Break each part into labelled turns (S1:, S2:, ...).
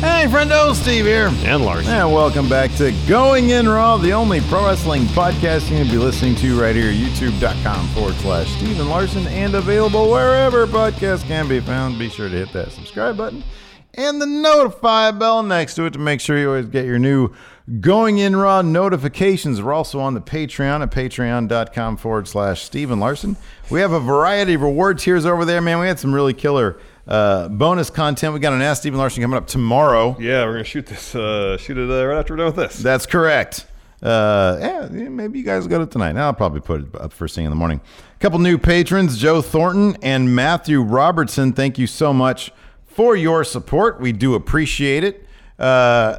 S1: Hey, friendo, Steve here.
S2: and Larson.
S1: And welcome back to Going In Raw, the only pro wrestling podcast you're going to be listening to right here, youtube.com forward slash Steven Larson, and available wherever podcasts can be found. Be sure to hit that subscribe button and the notify bell next to it to make sure you always get your new Going In Raw notifications. We're also on the Patreon at patreon.com forward slash Steven Larson. We have a variety of reward tiers over there, man. We had some really killer uh, bonus content. We got an Ask Steven Larson coming up tomorrow.
S2: Yeah, we're gonna shoot this. Uh, shoot it uh, right after we're done with this.
S1: That's correct. Uh, yeah, yeah, maybe you guys got it tonight. I'll probably put it up first thing in the morning. A couple new patrons, Joe Thornton and Matthew Robertson. Thank you so much for your support. We do appreciate it. Uh,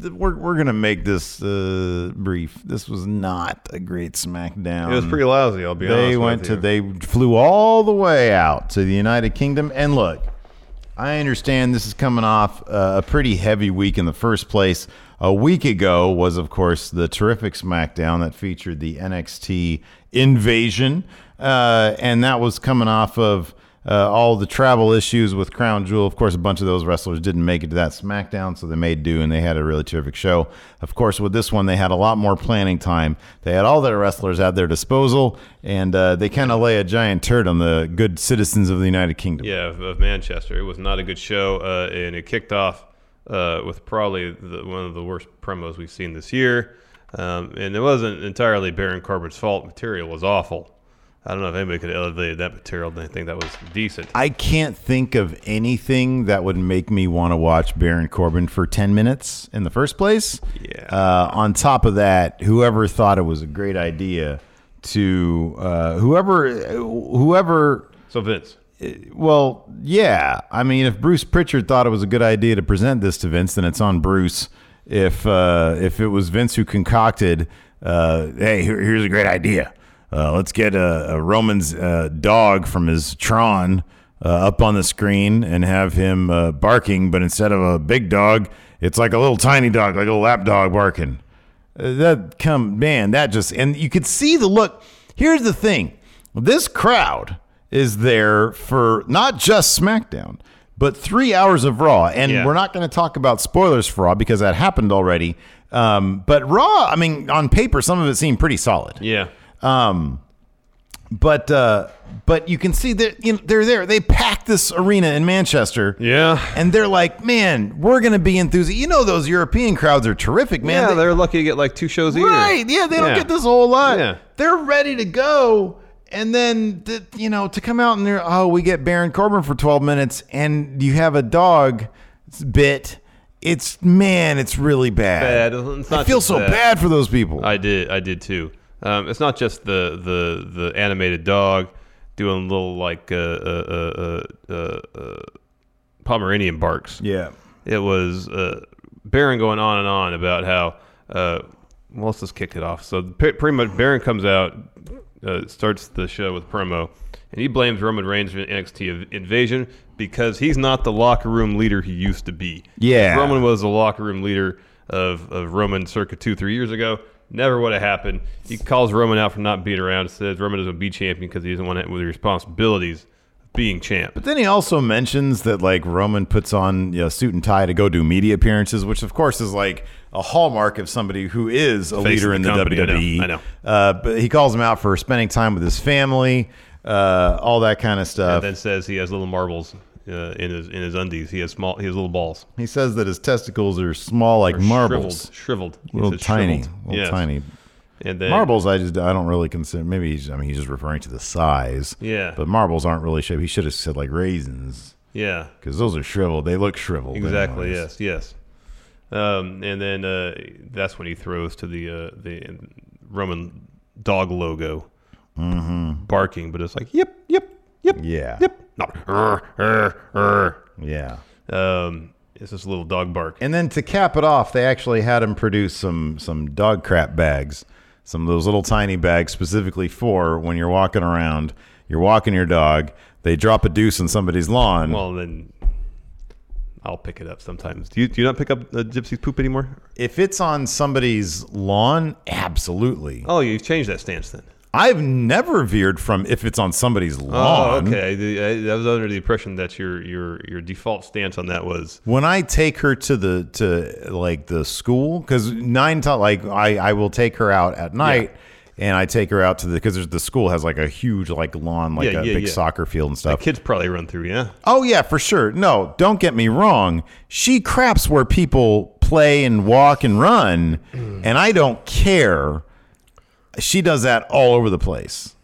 S1: th- we're we're gonna make this uh, brief. This was not a great SmackDown.
S2: it was pretty lousy. I'll be honest.
S1: They
S2: with
S1: went to
S2: you.
S1: they flew all the way out to the United Kingdom and look. I understand this is coming off uh, a pretty heavy week in the first place. A week ago was, of course, the terrific SmackDown that featured the NXT invasion, uh, and that was coming off of uh, all the travel issues with Crown Jewel. Of course, a bunch of those wrestlers didn't make it to that SmackDown, so they made do, and they had a really terrific show. Of course, with this one, they had a lot more planning time. They had all their wrestlers at their disposal, and uh, they kind of lay a giant turd on the good citizens of the United Kingdom.
S2: yeah of, of Manchester. It was not a good show, uh, and it kicked off uh, with probably the, one of the worst promos we've seen this year. Um, and it wasn't entirely Baron Corbin's fault. Material was awful. I don't know if anybody could elevate that material to anything that was decent.
S1: I can't think of anything that would make me want to watch Baron Corbin for 10 minutes in the first place.
S2: Yeah.
S1: Uh, on top of that, whoever thought it was a great idea to uh, whoever whoever
S2: So Vince,
S1: well, yeah. I mean, if Bruce Pritchard thought it was a good idea to present this to Vince, then it's on Bruce. If uh, if it was Vince who concocted, uh, hey, here- here's a great idea. Uh, let's get a, a Roman's uh, dog from his Tron uh, up on the screen and have him uh, barking, but instead of a big dog, it's like a little tiny dog, like a lap dog barking. Uh, that come man that just and you could see the look here's the thing this crowd is there for not just smackdown but three hours of raw and
S2: Yeah.
S1: we're not going to talk about spoilers for raw because that happened already um, but raw i mean on paper some of it seemed pretty solid
S2: yeah,
S1: um, but uh, but you can see that you know, they're there they packed this arena in manchester
S2: yeah.
S1: and they're like man we're going to be enthusiastic you know those european crowds are terrific man
S2: yeah,
S1: They-
S2: they're lucky to get like two shows a year.
S1: Right. Yeah, they don't
S2: Yeah.
S1: get this a whole lot.
S2: Yeah.
S1: They're ready to go. And then, th- you know, to come out and they're, oh, we get Baron Corbin for 12 minutes and you have a dog bit. It's, man, it's really bad.
S2: Bad. It's
S1: I
S2: not
S1: feel
S2: just
S1: so
S2: that.
S1: bad for those people.
S2: I did. I did too. Um, it's not just the the the animated dog doing little like uh, uh, uh, uh, uh, uh, Pomeranian barks.
S1: yeah.
S2: It was uh, Baron going on and on about how. Uh, well, let's just kick it off. So pre- pretty much, Baron comes out, uh, starts the show with promo, and he blames Roman Reigns for the NXT invasion because he's not the locker room leader he used to be.
S1: Yeah.
S2: Roman was the locker room leader of, of Roman circa two, three years ago. Never would have happened. He calls Roman out for not being around. Says Roman doesn't be champion because he doesn't want to with the responsibilities of being champ.
S1: But then he also mentions that like Roman puts on you know, suit and tie to go do media appearances, which of course is like a hallmark of somebody who is a
S2: Face
S1: leader
S2: of
S1: in
S2: the
S1: the
S2: company, I know,
S1: WWE.
S2: I know.
S1: Uh, but he calls him out for spending time with his family, uh, all that kind of stuff.
S2: And then says he has little marbles uh, in his in his undies. He has small. He has little balls.
S1: he says that his testicles are small like marbles,
S2: Shriveled. shriveled. He
S1: little
S2: says
S1: tiny,
S2: shriveled.
S1: little
S2: Yes.
S1: tiny
S2: And then
S1: marbles. I just I don't really consider. Maybe he's, I mean he's just referring to the size.
S2: Yeah.
S1: but marbles aren't really shaped. He should have said like raisins
S2: Yeah.
S1: because those are shriveled. They look shriveled.
S2: Exactly.
S1: anyways.
S2: Yes. Yes. Um, and then uh, that's when he throws to the uh, the Roman dog logo, mm-hmm. barking, but it's like yep, yep, yep,
S1: Yeah.
S2: yep. Not, "Arr, arr, arr."
S1: Yeah.
S2: Um, it's this little dog bark.
S1: And then to cap it off, they actually had him produce some some dog crap bags Some of those little tiny bags specifically for when you're walking around, you're walking your dog, they drop a deuce on somebody's lawn.
S2: Well, then I'll pick it up sometimes. Do you, do you not pick up the gypsy's poop anymore?
S1: if it's on somebody's lawn, absolutely.
S2: Oh, you've changed that stance then.
S1: I've never veered from if it's on somebody's
S2: Oh,
S1: lawn.
S2: okay. The- I, I was under the impression that your your your default stance on that was
S1: when I take her to the to like the school, because nine times like I I will take her out at night, and I take her out to the because there's the school has like a huge like lawn like
S2: Yeah,
S1: a
S2: yeah,
S1: big
S2: yeah.
S1: soccer field and stuff.
S2: kids probably run through. Yeah.
S1: oh yeah, for sure. No, don't get me wrong. She craps where people play and walk and run,
S2: Mm.
S1: and I don't care. She does that all over the place.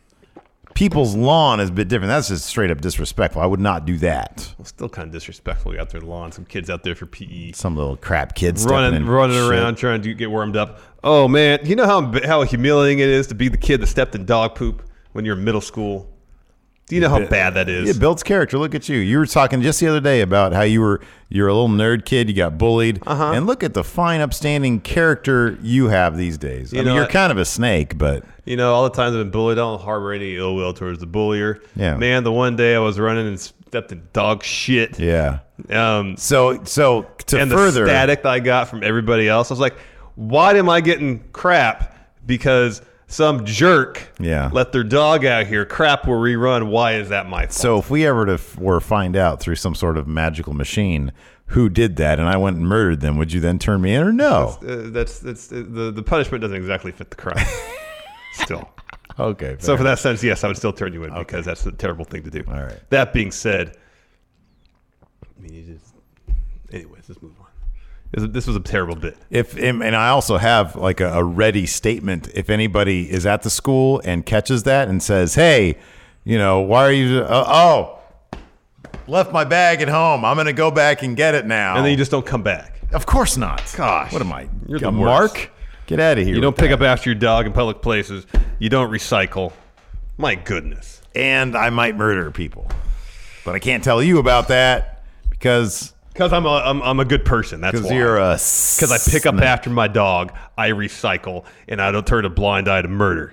S1: People's lawn is a bit different. That's just straight up disrespectful. I would not do that.
S2: Well, still kind of disrespectful. We got their lawn. Some kids out there for PE.
S1: Some little crap kids
S2: running running around trying to get warmed up. Oh man, you know how emb- how humiliating it is to be the kid that stepped in dog poop when you're in middle school. Do you know how bad that is?
S1: It builds character. Look at you. You were talking just the other day about how you were you're a little nerd kid. You got bullied, uh-huh. and look at the fine, upstanding character you have these days. I
S2: You
S1: mean,
S2: know,
S1: you're
S2: I-
S1: kind of a snake, but
S2: You know, all the times I've been bullied, I don't harbor any ill will towards the bullier.
S1: Yeah.
S2: Man, the one day I was running and stepped in dog shit.
S1: yeah.
S2: Um,
S1: So so to
S2: and
S1: further,
S2: the static that I got from everybody else, I was like, why am I getting crap? Because some jerk
S1: Yeah.
S2: let their dog out here crap where we run. Why is that my fault?
S1: so if we ever to f- were find out through some sort of magical machine who did that, and I went and murdered them, would you then turn me in or no?
S2: uh, that's that's uh, the the punishment doesn't exactly fit the crime. still,
S1: Okay.
S2: so
S1: fair.
S2: for that sense, yes, I would still turn you in because that's a terrible thing to do.
S1: All right.
S2: That being said, I mean, you just, anyways, let's move on. This, this was a terrible bit.
S1: If and and I also have like a, a ready statement if anybody is at the school and catches that and says, "Hey, you know, why are you? Uh, oh, left my bag at home. I'm gonna go back and get it now."
S2: And then Oh. you just don't come back.
S1: of course not.
S2: Gosh.
S1: what am I?
S2: You're
S1: a
S2: the worst.
S1: mark? Get out of here!
S2: You don't
S1: with
S2: pick
S1: that.
S2: up after your dog in public places. You don't recycle. My goodness.
S1: and I might murder people, but I can't tell you about that because
S2: Because I'm a I'm, I'm a good person. That's
S1: because
S2: why.
S1: you're a
S2: because I pick up
S1: snake.
S2: after my dog, I recycle, and I don't turn a blind eye to murder.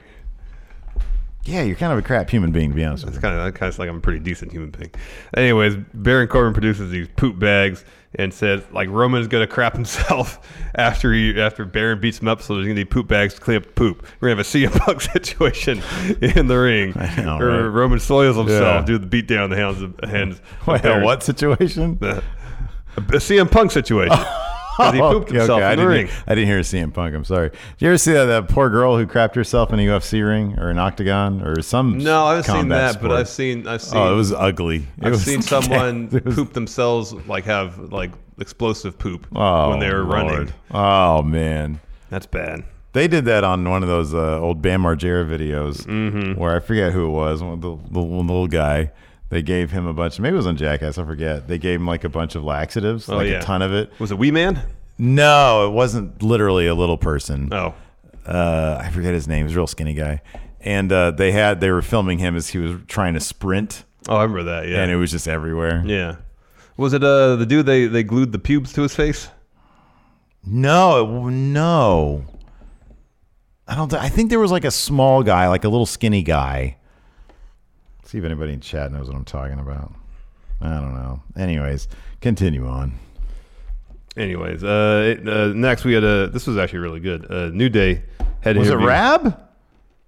S1: Yeah, you're kind of a crap human being, to be honest with
S2: It's
S1: you.
S2: kind of kind of like I'm a pretty decent human being. Anyways, Baron Corbin produces these poop bags and says like Roman is gonna crap himself after he after Baron beats him up. So there's gonna be poop bags to clean up the poop. We're gonna have a CM Punk situation in the ring.
S1: I know,
S2: where
S1: right?
S2: Roman soils himself,
S1: Yeah.
S2: do the beat down the hands of hands. of
S1: Wait,
S2: Baron.
S1: a what situation?
S2: A, a CM Punk situation. 'Cause he pooped
S1: Oh, Okay,
S2: himself
S1: okay, I
S2: in the
S1: didn't
S2: ring.
S1: Hear, I didn't hear CM Punk. I'm sorry. Did you ever see that, that poor girl who crapped herself in a UFC ring or an octagon or some?
S2: No, I haven't seen
S1: combat
S2: that,
S1: sport?
S2: but I've seen I've seen
S1: oh, it was ugly. It
S2: I've
S1: was-
S2: seen someone
S1: it was-
S2: poop themselves, like have like explosive poop
S1: oh,
S2: when they were
S1: Lord.
S2: running.
S1: Oh man.
S2: That's bad.
S1: They did that on one of those uh, old Bam Margera videos
S2: Mm-hmm.
S1: where I forget who it was, one of the, the, one little guy. They gave him a bunch. Maybe it was on Jackass. I forget. They gave him like a bunch of laxatives, like
S2: Oh, yeah.
S1: a ton of it.
S2: Was it Wee Man?
S1: No, it wasn't literally a little person.
S2: Oh,
S1: uh, I forget his name. He's a real skinny guy, and uh, they had they were filming him as he was trying to sprint,
S2: oh, I remember that. Yeah,
S1: and it was just everywhere.
S2: yeah. Was it uh the dude they they glued the pubes to his face?
S1: No, it, w- no, I don't. thi- I think there was like a small guy, like a little skinny guy. Let's see if anybody in chat knows what I'm talking about. I don't know. Anyways, continue on.
S2: Anyways, uh, it, uh next we had a this was actually really good. Uh, New Day had
S1: Was it
S2: interview-
S1: Rab?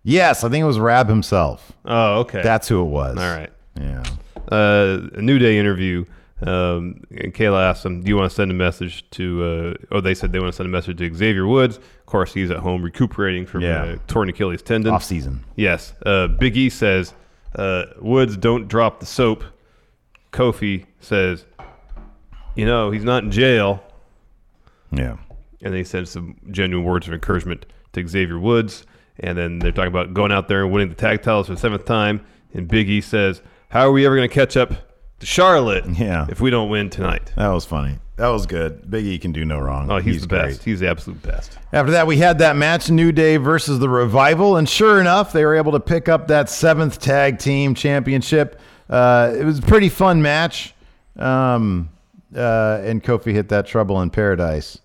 S1: Yes, I think it was Rab himself.
S2: Oh, okay.
S1: That's who it was.
S2: all right.
S1: Yeah.
S2: uh, a New Day interview, um, and Kayla asked them, "Do you want to send a message to?" Uh, or they said they want to send a message to Xavier Woods. Of course, he's at home recuperating from
S1: Yeah.
S2: uh, torn Achilles tendon.
S1: Off season.
S2: Yes. Uh, Big E says, uh, "Woods, don't drop the soap." Kofi says, "You know he's not in jail."
S1: Yeah.
S2: and they send some genuine words of encouragement to Xavier Woods. And then they're talking about going out there and winning the tag titles for the seventh time. And Big E says, "How are we ever going to catch up to Charlotte?
S1: Yeah.
S2: if we don't win tonight."
S1: That was funny. That was good. Big E can do no wrong.
S2: Oh, he's, the
S1: great.
S2: best. He's the absolute best.
S1: After that, we had that match, New Day versus the Revival, and sure enough, they were able to pick up that seventh tag team championship. Uh, it was a pretty fun match, um, uh, and Kofi hit that Trouble in Paradise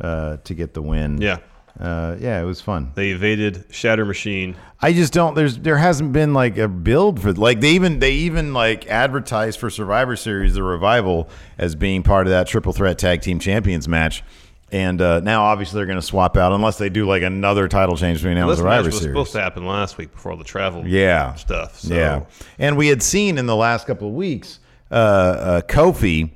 S1: uh, to get the win.
S2: Yeah.
S1: Uh, yeah, it was fun.
S2: They evaded Shatter Machine.
S1: I just don't. There's there hasn't been like a build for like they even they even like advertised for Survivor Series the revival as being part of that triple threat tag team champions match, and uh, now obviously they're going to swap out unless they do like another title change between now and
S2: this match
S1: Survivor
S2: was
S1: Series.
S2: supposed to happen last week before all the travel
S1: Yeah.
S2: stuff. So
S1: Yeah, and we had seen in the last couple of weeks uh, uh, Kofi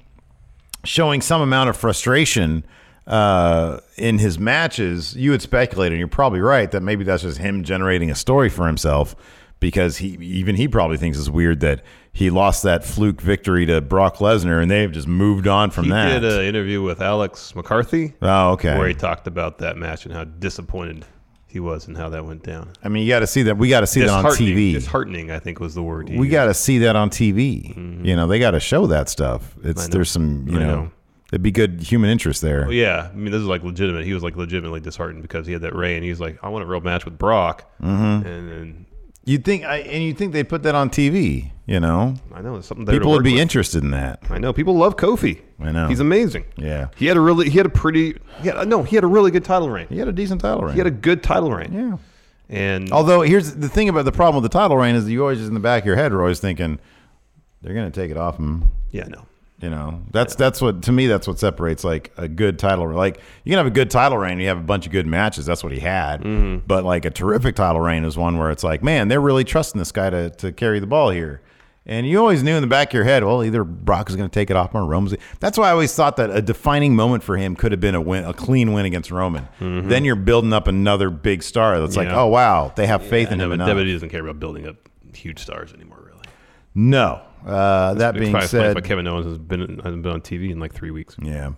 S1: showing some amount of frustration uh, in his matches. You had speculated, and you're probably right that maybe that's just him generating a story for himself because he even he probably thinks it's weird that he lost that fluke victory to Brock Lesnar, and they've just moved on from
S2: he
S1: that.
S2: did an interview with Alex McCarthy
S1: oh, okay.
S2: where he talked about that match and how disappointed he was and how that went down.
S1: I mean, you got to see that. We got to see that on
S2: Disheartening-
S1: TV.
S2: Disheartening, I think, was the word. he
S1: we
S2: used.
S1: got to see that on TV. You know, they got to show that stuff. It's there's some you
S2: Mm-hmm. I
S1: know,
S2: know.
S1: it'd be good human interest there.
S2: Well, yeah, I mean, this is like legitimate. He was like legitimately disheartened because he had that Ray, and he's like, I want a real match with Brock. Mm-hmm. And, and
S1: You'd think, I, and you think they put that on TV. You know,
S2: I know there's something there to
S1: people would
S2: work
S1: be
S2: with.
S1: interested in that.
S2: I know people love Kofi.
S1: I know.
S2: he's amazing.
S1: Yeah.
S2: he had a really, he had a pretty, yeah, no, he had a really good title reign.
S1: He had a decent title reign.
S2: He had a good title reign.
S1: yeah.
S2: and
S1: Although here's the thing about the problem with the title reign is that you always just in the back of your head are always thinking they're going to take it off him.
S2: yeah, no,
S1: You know, that's that's what to me that's what separates like a good title. reign. Like you can have a good title reign, you have a bunch of good matches. That's what he had. But like a terrific title reign is one where it's like, man, they're really trusting this guy to to carry the ball here. And you always knew in the back of your head, well, either Brock is going to take it off him or Roman's. That's why I always thought that a defining moment for him could have been a win, a clean win against Roman. Then you're building up another big star. That's like,
S2: Yeah.
S1: oh wow, they have faith
S2: I
S1: in
S2: know,
S1: him.
S2: but
S1: enough.
S2: WWE E doesn't care about building up huge stars anymore, really.
S1: No. Uh, that
S2: It's
S1: being
S2: probably
S1: said,
S2: but Kevin Owens has been hasn't been on TV in like three weeks.
S1: Yeah.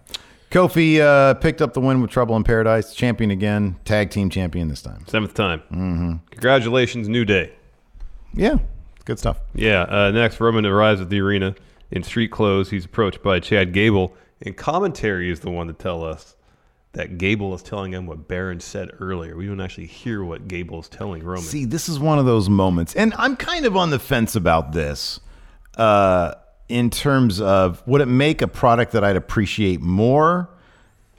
S1: Kofi uh, picked up the win with Trouble in Paradise, champion again, tag team champion this time.
S2: Seventh time. Mm-hmm. Congratulations, New Day.
S1: Yeah, good stuff.
S2: Yeah. Uh, next, Roman arrives at the arena in street clothes. He's approached by Chad Gable, and commentary is the one to tell us that Gable is telling him what Baron said earlier. We don't actually hear what Gable is telling Roman.
S1: See, this is one of those moments, and I'm kind of on the fence about this. Uh, in terms of would it make a product that I'd appreciate more,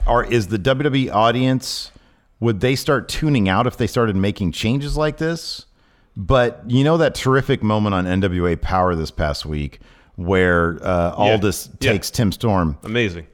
S1: or is the WWE audience would they start tuning out if they started making changes like this? But you know that terrific moment on NWA Power this past week where uh,
S2: Yeah.
S1: Aldis
S2: Yeah.
S1: takes Tim Storm.
S2: Amazing.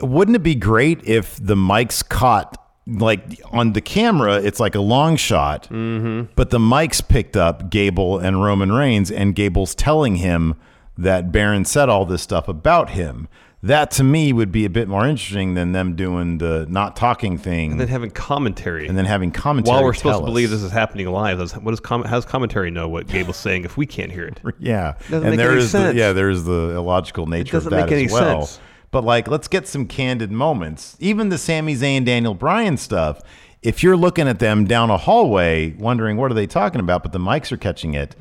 S1: wouldn't it be great if the mic's caught like on the camera it's like a long shot
S2: Mm-hmm.
S1: but the mic's picked up gable and roman reigns and gable's telling him that baron said all this stuff about him that to me would be a bit more interesting than them doing the not talking thing and
S2: Then
S1: then,
S2: having commentary.
S1: having commentary
S2: while we're supposed
S1: tell
S2: to believe
S1: us.
S2: this is happening live, that's- what does com- how does commentary know what Gable's saying if we can't hear it?
S1: Yeah,
S2: Doesn't
S1: and
S2: make
S1: there
S2: any
S1: is
S2: sense.
S1: the yeah there is the illogical nature of
S2: doesn't
S1: that
S2: make any
S1: as well.
S2: sense.
S1: But like, let's get some candid moments. Even the Sami Zayn Daniel Bryan stuff. If you're looking at them down a hallway, wondering what are they talking about, but the mics are catching it.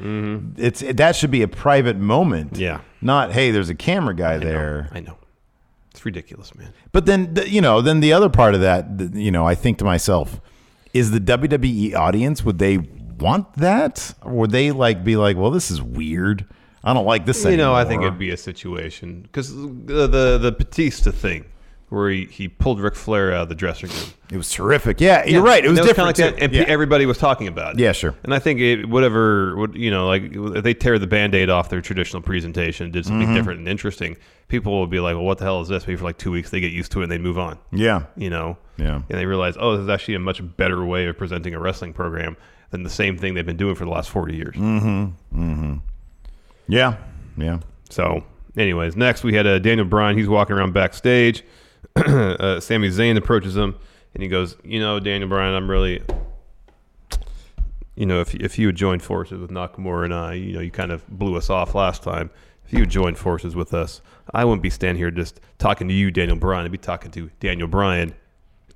S1: It's that should be a private moment.
S2: Mm-hmm. Yeah.
S1: Not hey, there's a camera guy there.
S2: I know. It's ridiculous, man.
S1: But then, th- you know, then the other part of that, th- you know, I think to myself, is the WWE audience, would they want that? Or would they like be like, well, this is weird. I don't like this
S2: You know, I think
S1: anymore."
S2: it'd be a situation because the, the the Batista thing where he, he pulled Ric Flair out of the dressing room.
S1: It was terrific. Yeah, you're right. It was,
S2: That
S1: different.
S2: kinda like that,
S1: too.
S2: and
S1: yeah.
S2: pe- everybody was talking about it.
S1: Yeah, sure.
S2: And I think it, whatever, would- you know, like if they tear the band-aid off their traditional presentation, did something
S1: Mm-hmm.
S2: different and interesting, people would be like, well, what the hell is this? Maybe for like two weeks they get used to it and they move on.
S1: yeah.
S2: you know?
S1: Yeah.
S2: And they realize, oh, this is actually a much better way of presenting a wrestling program than the same thing they've been doing for the last 40 years.
S1: Yeah. Yeah.
S2: So, anyways, next we had uh, Daniel Bryan. He's walking around backstage. uh, Sami Zayn approaches him and he goes, you know, Daniel Bryan, I'm really. You know, if, if you had joined forces with Nakamura and I, you know, you kind of blew us off last time. If you had joined forces with us, I wouldn't be standing here just talking to you, Daniel Bryan. I'd be talking to Daniel Bryan,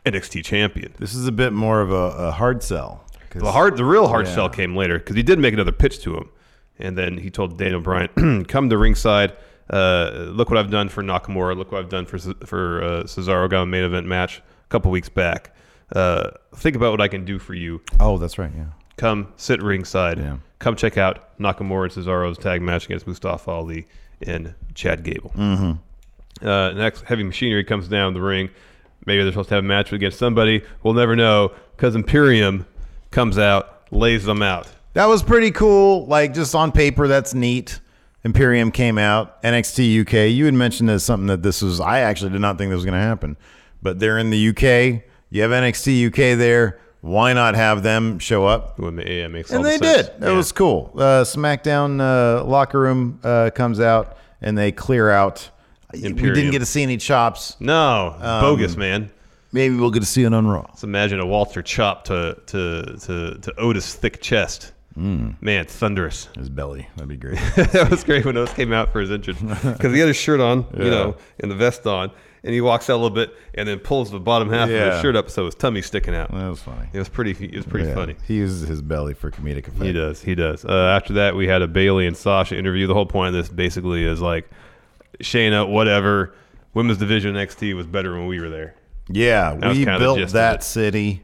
S2: NXT champion.
S1: This is a bit more of a, a hard sell. 'Cause-
S2: The hard, the real hard
S1: Yeah.
S2: sell came later because he did make another pitch to him, and then he told Daniel Bryan, "Come to ringside. Uh, look what I've done for Nakamura. Look what I've done for Ce- for uh, Cesaro. Got a main event match a couple weeks back. Uh, think about what I can do for you.
S1: Oh, that's right. Yeah.
S2: Come sit ringside.
S1: Yeah.
S2: Come check out Nakamura and Cesaro's tag match against Mustafa Ali
S1: Mm-hmm.
S2: and Chad Gable." Uh, next, heavy machinery comes down the ring. Maybe they're supposed to have a match against somebody. We'll never know because Imperium comes out, lays them out.
S1: That was pretty cool. Like just on paper, that's neat. Imperium came out, NXT UK. You had mentioned as something that this was. I actually did not think this was going to happen, but they're in the UK. You have NXT UK there. Why not have them show up?
S2: Well, ma- yeah, makes all
S1: And
S2: the
S1: they
S2: sense.
S1: did. It was cool. Uh, SmackDown uh, locker room uh, comes out and they clear out. We didn't
S2: Imperium.
S1: get to see any chops.
S2: No,
S1: Um,
S2: bogus man.
S1: Maybe we'll get to see it on Raw.
S2: Let's imagine a Walter chop to to to, to Otis' thick chest.
S1: Mm.
S2: Man, it's thunderous.
S1: His belly. That'd be great.
S2: that was great when Otis came out for his entrance because he had his shirt on, you know, and the vest on, and he walks out a little bit and then pulls the bottom half of
S1: Yeah.
S2: his shirt up so his tummy's sticking out.
S1: that was funny.
S2: It was pretty. It was pretty
S1: Yeah.
S2: funny.
S1: He uses his belly for comedic effect.
S2: He does. He does. Uh, after that, we had a Bailey and Sasha interview. The whole point of this basically is like Shayna, whatever. Women's division NXT was better when we were there.
S1: Yeah,
S2: was
S1: we
S2: kinda the
S1: built
S2: gist of
S1: that
S2: it.
S1: city.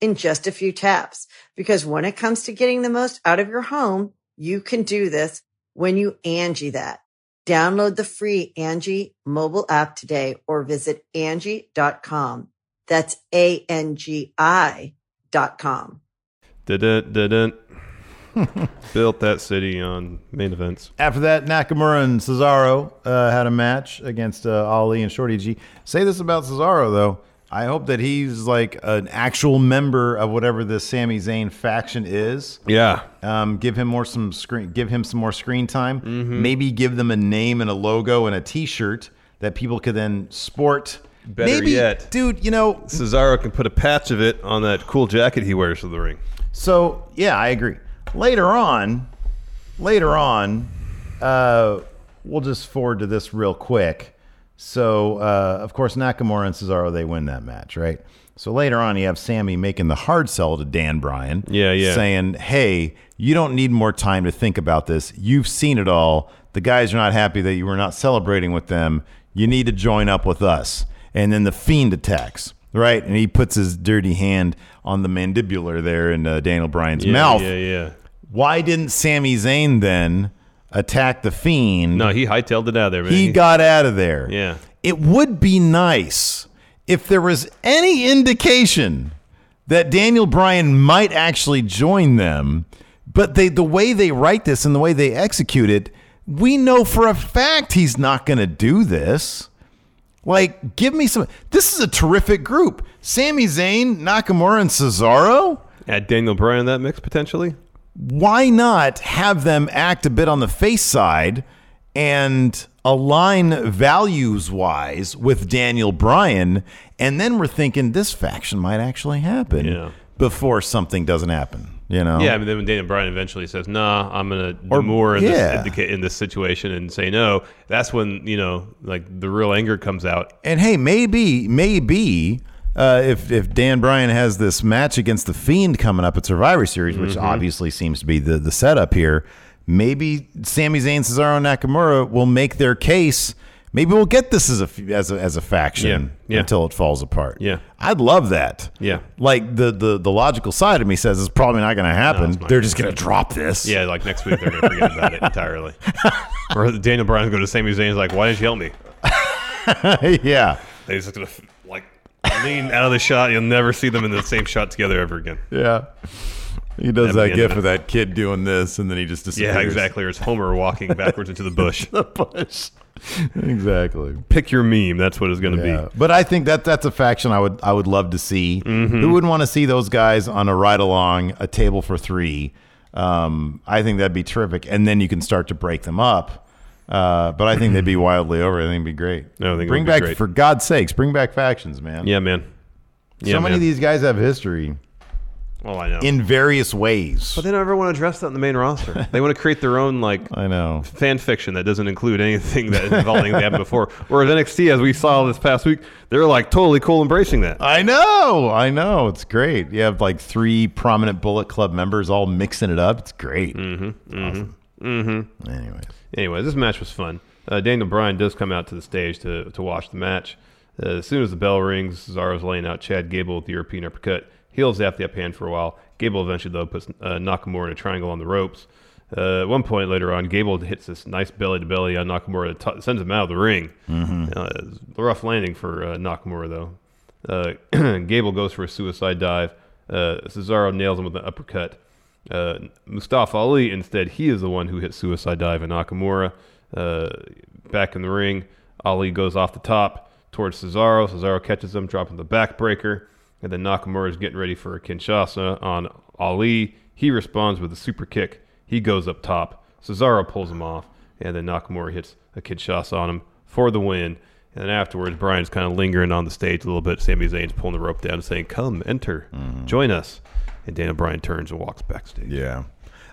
S3: in just a few taps. Because when it comes to getting the most out of your home, you can do this when you Angie that. Download the free Angie mobile app today or visit Angie.com. That's A-N-G-I dot com.
S2: Didn't didn't built that city on main events.
S1: After that, Nakamura and Cesaro uh, had a match against uh, Ali and Shorty G. Say this about Cesaro though. I hope that he's like an actual member of whatever this Sami Zayn faction is.
S2: Yeah,
S1: Um, give him more some screen. Give him some more screen time.
S2: Mm-hmm.
S1: Maybe give them a name and a logo and a T-shirt that people could then sport.
S2: Better
S1: Maybe,
S2: yet-
S1: dude. You know,
S2: Cesaro can put a patch of it on that cool jacket he wears to the ring.
S1: So yeah, I agree. Later on, later on, uh, we'll just forward to this real quick. So uh, of course Nakamura and Cesaro they win that match, right? So later on, you have Sammy making the hard sell to Dan Bryan.
S2: Yeah, yeah.
S1: Saying, "Hey, you don't need more time to think about this. You've seen it all. The guys are not happy that you were not celebrating with them. You need to join up with us." And then the fiend attacks, right? And he puts his dirty hand on the mandibular there in uh, Daniel Bryan's
S2: Yeah,
S1: mouth.
S2: Yeah, yeah.
S1: Why didn't Sami Zayn then attack the fiend?
S2: No, he hightailed it out of there, man.
S1: he got out of there.
S2: Yeah.
S1: It would be nice if there was any indication that Daniel Bryan might actually join them, but they the way they write this and the way they execute it, we know for a fact he's not going to do this. Like, give me some. This is a terrific group. Sami Zayn, Nakamura, and Cesaro
S2: Add Daniel Bryan in that mix potentially.
S1: why not have them act a bit on the face side and align values wise with Daniel Bryan? And then we're thinking this faction might actually happen
S2: Yeah.
S1: before something doesn't happen, you know?
S2: Yeah, I mean, then when Daniel Bryan eventually says, "Nah, I'm gonna
S1: Oh.
S2: or,
S1: Or-
S2: more in,
S1: yeah.
S2: this, in this situation and say no," that's when you know, like the real anger comes out.
S1: And hey, maybe, maybe. Uh, if if Dan Bryan has this match against the Fiend coming up at Survivor Series, which
S2: Mm-hmm.
S1: obviously seems to be the the setup here, maybe Sami Zayn, Cesaro, and Nakamura will make their case. Maybe we'll get this as a f- as a, as a faction
S2: Yeah, yeah.
S1: until it falls apart.
S2: Yeah.
S1: I'd love that.
S2: Yeah.
S1: like the the the logical side of me says it's probably not going to happen.
S2: not
S1: They're
S2: gonna
S1: just going to drop this.
S2: Yeah, like next week they're gonna forget about it entirely. or Daniel Bryan's going to Sami Zayn's like, "Why didn't you help me?"
S1: yeah,
S2: They're just gonna like lean out of the shot. You'll never see them in the same shot together ever again.
S1: yeah. He does that
S2: That'd be
S1: gif
S2: interesting.
S1: of that kid doing this, and then he just disappears.
S2: Yeah, exactly. Or it's Homer walking backwards into the bush.
S1: the bush. exactly.
S2: Pick your meme. That's what it's going to
S1: Yeah.
S2: be.
S1: But I think that that's a faction I would I would love to see.
S2: Mm-hmm.
S1: Who wouldn't want to see those guys on a ride along, a table for three? Um, I think that'd be terrific, and then you can start to break them up. Uh, but I think they'd be wildly over. I think it'd be great.
S2: No, I think it
S1: bring
S2: would be
S1: back
S2: great.
S1: for God's sakes, bring back factions, man.
S2: Yeah, man. Yeah,
S1: so many
S2: man.
S1: of these guys have history
S2: Well, I know.
S1: in various ways.
S2: but they don't ever want to address that in the main roster. they want to create their own like
S1: I know.
S2: fan fiction that doesn't include anything that involving anything that happened before. Whereas NXT, as we saw this past week, they're like totally cool embracing that.
S1: I know. I know. It's great. You have like three prominent Bullet Club members all mixing it up. It's great. Mm-hmm. awesome. Mm-hmm. Anyways.
S2: Anyway, this match was fun. Uh, Daniel Bryan does come out to the stage to, to watch the match. Uh, as soon as the bell rings, Cesaro's laying out Chad Gable with the European uppercut. Heels after the up hand for a while. Gable eventually, though, puts uh, Nakamura in a triangle on the ropes. Uh, at one point later on, Gable hits this nice belly to belly on Nakamura that t- sends him out of the ring. Uh, it was a rough landing for uh, Nakamura, though. Uh, Gable goes for a suicide dive. Uh, Cesaro nails him with an uppercut. Uh, Mustafa Ali, instead, he is the one who hits suicide dive in Nakamura. Uh, back in the ring, Ali goes off the top towards Cesaro. Cesaro catches him, dropping the backbreaker. And then Nakamura is getting ready for a Kinshasa on Ali. He responds with a super kick. He goes up top. Cesaro pulls him off. And then Nakamura hits a Kinshasa on him for the win. And then afterwards, Brian's kind of lingering on the stage a little bit. Sami Zayn's pulling the rope down, saying, Come, enter, join us. And Daniel Bryan turns and walks backstage.
S1: Mm-hmm. Yeah.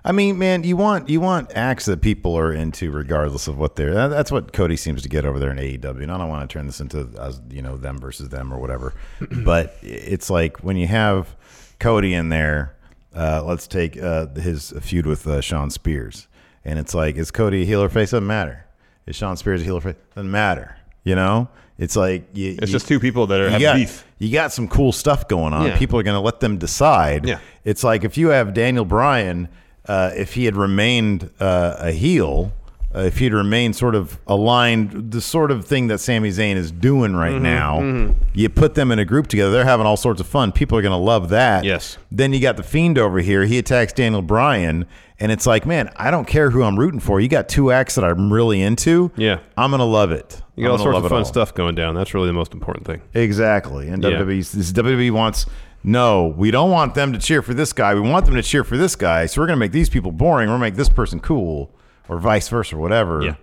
S1: I mean, man, you want you want acts that people are into, regardless of what they're. that- That's what Cody seems to get over there in AEW. And I don't want to turn this into as you know them versus them or whatever. but it's like when you have Cody in there. Uh, let's take uh, his feud with uh, Sean Spears, and it's like is Cody a heel or face? Doesn't matter. Is Sean Spears a heel or face? Doesn't matter. You know, it's like you,
S2: It's
S1: you-
S2: just two people that are
S1: you
S2: have
S1: got,
S2: beef.
S1: You got some cool stuff going on.
S2: Yeah.
S1: People are going to let them decide.
S2: Yeah.
S1: It's like if you have Daniel Bryan, uh, if he had remained uh, a heel, uh, if he'd remained sort of aligned, the sort of thing that Sami Zayn is doing
S2: Mm-hmm.
S1: right now, you put them in a group together. They're having all sorts of fun. People are going to love that.
S2: Yes.
S1: Then you got the Fiend over here. He attacks Daniel Bryan, and it's like, man, I don't care who I'm rooting for. You got two acts that I'm really into.
S2: Yeah.
S1: I'm going to love it.
S2: You got all
S1: I'm gonna
S2: sorts
S1: love
S2: of
S1: it
S2: fun
S1: all.
S2: stuff going down. That's really the most important thing.
S1: Exactly. And
S2: Yeah.
S1: WWE, this WWE wants, no, we don't want them to cheer for this guy. We want them to cheer for this guy. So we're going to make these people boring. We're going to make this person cool or vice versa or whatever.
S2: Yeah.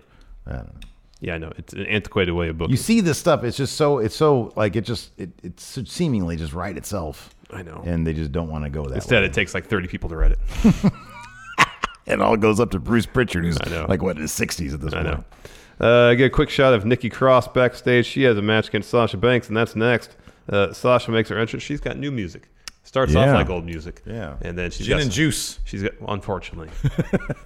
S1: I don't know.
S2: Yeah, I know. It's an antiquated way of booking.
S1: You see this stuff. It's just so, it's so like, it just, it, it's seemingly just right itself.
S2: I know.
S1: And they just don't want to go that
S2: Instead,
S1: way.
S2: it takes like 30 people to write it.
S1: It all goes up to Bruce Pritchard, who's
S2: know.
S1: like, what, in his 60s at this
S2: I
S1: point.
S2: know. Uh, I get a quick shot of Nikki Cross backstage. She has a match against Sasha Banks, and that's next. Uh, Sasha makes her entrance. She's got new music. Starts
S1: Yeah.
S2: off like old music.
S1: Yeah.
S2: And then she's
S1: Gin
S2: got
S1: and
S2: some-
S1: juice.
S2: She's got, unfortunately.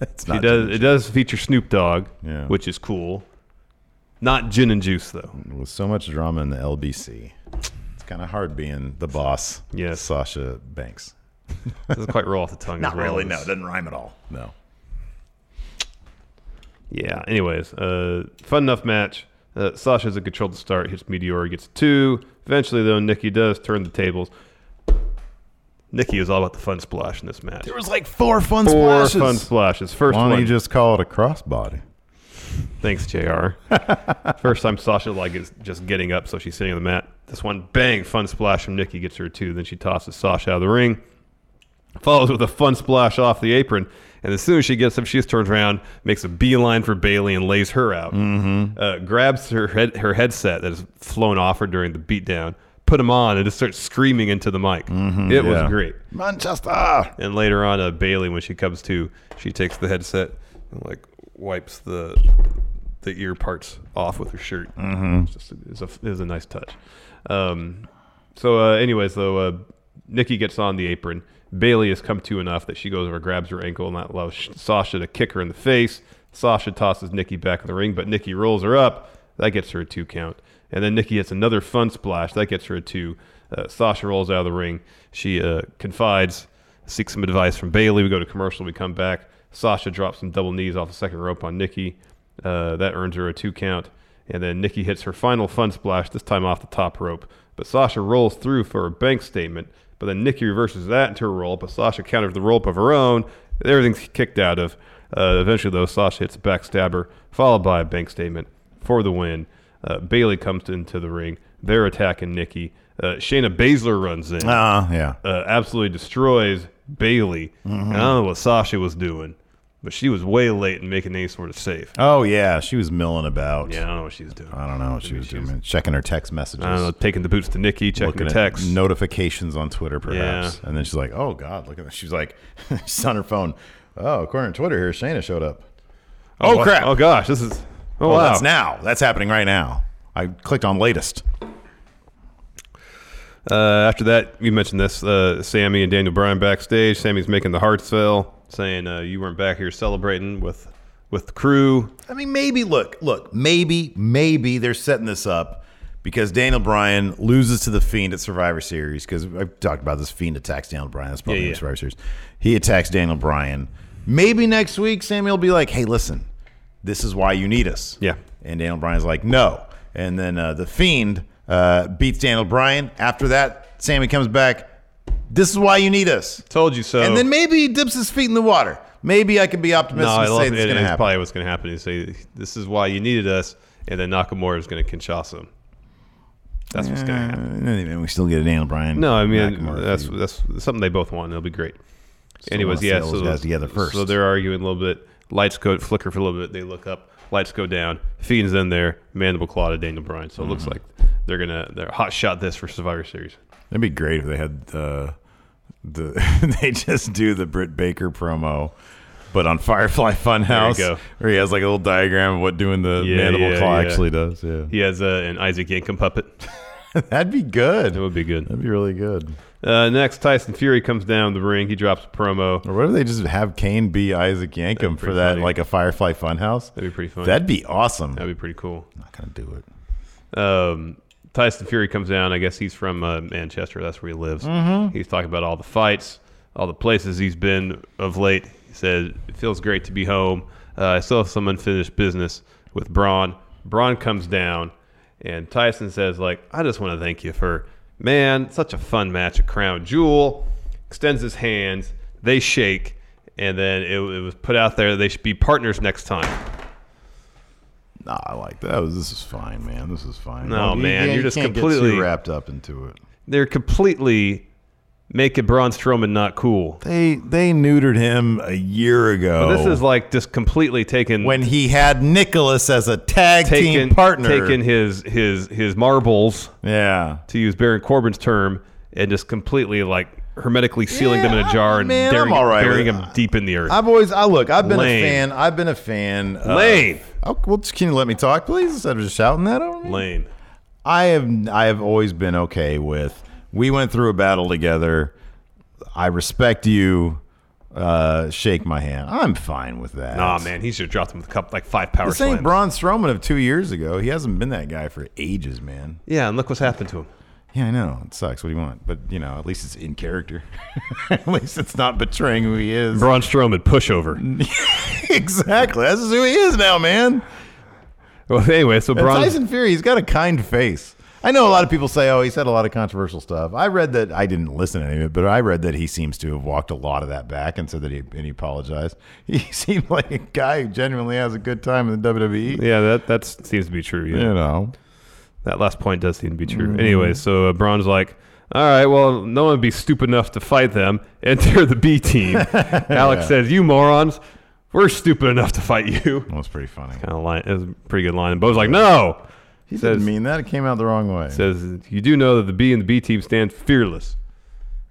S1: It's
S2: She
S1: not
S2: does. It does feature Snoop Dogg,
S1: Yeah.
S2: which is cool. Not gin and juice though.
S1: With so much drama in the LBC, it's kind of hard being the boss,
S2: Yes.
S1: Sasha Banks.
S2: Doesn't quite roll off the tongue. as well as-
S1: doesn't rhyme at all. No.
S2: Yeah. Anyways, uh, fun enough match. Uh, Sasha's in control to start. Hits Meteor, gets two. Eventually, though, Nikki does turn the tables. Nikki was all about the fun splash in this match. There
S1: was like four fun
S2: four fun splashes. First
S1: Why don't
S2: one.
S1: you just call it a crossbody?
S2: Thanks, Jr. First time Sasha like is just getting up, so she's sitting on the mat. This one bang fun splash from Nikki gets her two. Then she tosses Sasha out of the ring. Follows with a fun splash off the apron, and as soon as she gets up, she just turns around, makes a beeline for Bailey, and lays her out. Mm-hmm. Uh, grabs her head, her headset that has flown off her during the beatdown, put him on, and just starts screaming into the mic. it was great.
S1: Manchester.
S2: And later on, uh, Bailey, when she comes to, she takes the headset and like wipes the the ear parts off with her shirt. Mm-hmm. It's, just, it's, a, it's a nice touch. Um, so, uh, anyways, though, uh, Nikki gets on the apron. Bailey has come to enough that she goes over, grabs her ankle, and that allows Sh- Sasha to kick her in the face. Sasha tosses Nikki back in the ring, but Nikki rolls her up. That gets her a two count. And then Nikki hits another fun splash. That gets her a two. Uh, Sasha rolls out of the ring. She uh, confides, seeks some advice from Bailey. We go to commercial. We come back. Sasha drops some double knees off the second rope on Nikki. Uh, that earns her a two count. And then Nikki hits her final fun splash, this time off the top rope. But Sasha rolls through for a bank statement. But then Nikki reverses that into a roll up. But Sasha counters the roll up of her own. Everything's kicked out of. Uh, eventually, though, Sasha hits a backstabber, followed by a bank statement. for the win. Uh, Bailey comes into the ring. They're attacking Nikki. Uh, Shayna Baszler runs in, uh,
S1: Ah, yeah.
S2: absolutely destroys Bailey.
S1: Mm-hmm.
S2: And I don't know what Sasha was doing, but she was way late in making any sort of save.
S1: Oh yeah, she was milling about.
S2: Yeah, I don't know what she was doing.
S1: I don't know what she was doing. man. Checking her text messages.
S2: I don't know, taking the boots to Nikki, checking
S1: looking
S2: the
S1: at
S2: text.
S1: notifications on Twitter, perhaps. And then she's like, "Oh God, look at that!" She's like, she's on her phone. Oh, according to Twitter, here Shayna showed up. Oh,
S2: what-
S1: crap!
S2: Oh gosh, this is. Oh,
S1: Oh,
S2: wow.
S1: that's now. That's happening right now. I clicked on latest.
S2: Uh, after that, you mentioned this. Uh, Sammy and Daniel Bryan backstage. Sammy's making the heart sell, saying uh, you weren't back here celebrating with with the crew.
S1: I mean, maybe look, look, maybe, maybe they're setting this up because Daniel Bryan loses to the Fiend at Survivor Series because I've talked about this. Fiend attacks Daniel Bryan. That's probably
S2: Yeah,
S1: in
S2: yeah.
S1: Survivor Series. He attacks Daniel Bryan. Maybe next week, Sammy will be like, "Hey, listen, this is why you need us."
S2: Yeah.
S1: And Daniel Bryan's like, "No." And then uh, the Fiend uh, beats Daniel Bryan. After that, Sammy comes back. This is why you need us.
S2: Told you so.
S1: And then maybe he dips his feet in the water. Maybe I can be optimistic
S2: no, I
S1: and
S2: love
S1: say
S2: it.
S1: this is going to
S2: It's
S1: happen.
S2: probably what's going to happen. You say this is why you needed us, and then Nakamura is going to Kinshasa him. That's what's going to happen.
S1: Uh, we still get a Daniel Bryan.
S2: No, I mean
S1: Nakamura
S2: that's
S1: feud.
S2: that's something they both want. and It'll be great.
S1: wanna
S2: Anyways,
S1: see
S2: yeah.
S1: all
S2: So
S1: those guys together first.
S2: So they're arguing a little bit. Lights go flicker for a little bit. They look up. Lights go down. Fiend's in there. Mandible claw to Daniel Bryan. So it
S1: Mm-hmm.
S2: looks like they're gonna they're hot shot this for Survivor Series.
S1: That'd be great if they had uh, the they just do the Britt Baker promo, but on Firefly Funhouse,
S2: There you go.
S1: where he has like a little diagram of what doing the
S2: Yeah,
S1: mandible
S2: yeah,
S1: claw
S2: yeah.
S1: actually does. Yeah,
S2: He has uh, an Isaac Yankum puppet.
S1: that'd be good.
S2: That would be good.
S1: That'd be really good.
S2: Uh, next, Tyson Fury comes down the ring. He drops a promo.
S1: Or what if they just have Kane be Isaac Yankem for
S2: pretty
S1: that,
S2: funny.
S1: like a Firefly Funhouse?
S2: That'd be pretty funny.
S1: That'd be awesome.
S2: That'd be pretty cool.
S1: I'm not gonna do it.
S2: um, Tyson Fury comes down. I guess he's from uh, Manchester. That's where he lives. He's talking about all the fights, all the places he's been of late. He said, It feels great to be home. Uh, I still have some unfinished business with Braun. Braun comes down, and Tyson says, like, I just want to thank you for, man, such a fun match at Crown Jewel. Extends his hands. They shake. And then it, it was put out there that they should be partners next time.
S1: Nah, I like that. This is fine, man. This is fine.
S2: No, man,
S1: yeah,
S2: you're just
S1: can't get
S2: completely-
S1: too wrapped up into it.
S2: they're completely making Braun Strowman not cool.
S1: They they neutered him a year ago.
S2: But this is like just completely taking
S1: when he had Nicholas as a tag
S2: taking
S1: team partner.
S2: taking his his his marbles
S1: yeah.
S2: to use Baron Corbin's term, and just completely like hermetically sealing them in a
S1: Yeah,
S2: jar and
S1: man,
S2: burying,
S1: I'm all right
S2: burying
S1: with-
S2: them deep in the earth.
S1: I've always I look. I've been
S2: Lame.
S1: a fan. I've been a fan. of-
S2: Lame.
S1: oh, well, just- can you let me talk, please? Instead of just shouting that over me.
S2: Lame.
S1: I have I have always been okay with. We went through a battle together. I respect you. Uh, shake my hand. I'm fine with that.
S2: Nah, man, he should have dropped him with a cup like five power
S1: This ain't
S2: slams.
S1: Braun Strowman of two years ago. He hasn't been that guy for ages, man.
S2: yeah, and look what's happened to him.
S1: Yeah, I know. It sucks. What do you want? But, you know, at least it's in character. at least it's not betraying who he is.
S2: Braun Strowman pushover.
S1: exactly. That's just who he is now, man.
S2: well, anyway, so
S1: And
S2: Braun.
S1: Tyson Fury, he's got a kind face. I know a lot of people say, oh, he said a lot of controversial stuff. I read that, I didn't listen to any of it, but I read that he seems to have walked a lot of that back and said that he, and he apologized. He seemed like a guy who genuinely has a good time in the WWE.
S2: yeah, that that seems to be true. Yeah.
S1: You know.
S2: That last point does seem to be true.
S1: Mm-hmm.
S2: Anyway, so uh, Braun's like, all right, well, no one would be stupid enough to fight them. Enter the B team. Alex says, you morons, we're stupid enough to fight you.
S1: That was pretty funny.
S2: Kind of line, it was a pretty good line. And Bo's like, no.
S1: He
S2: says-
S1: didn't mean that. It came out the wrong way.
S2: Says, you do know that the B and the B team stand fearless.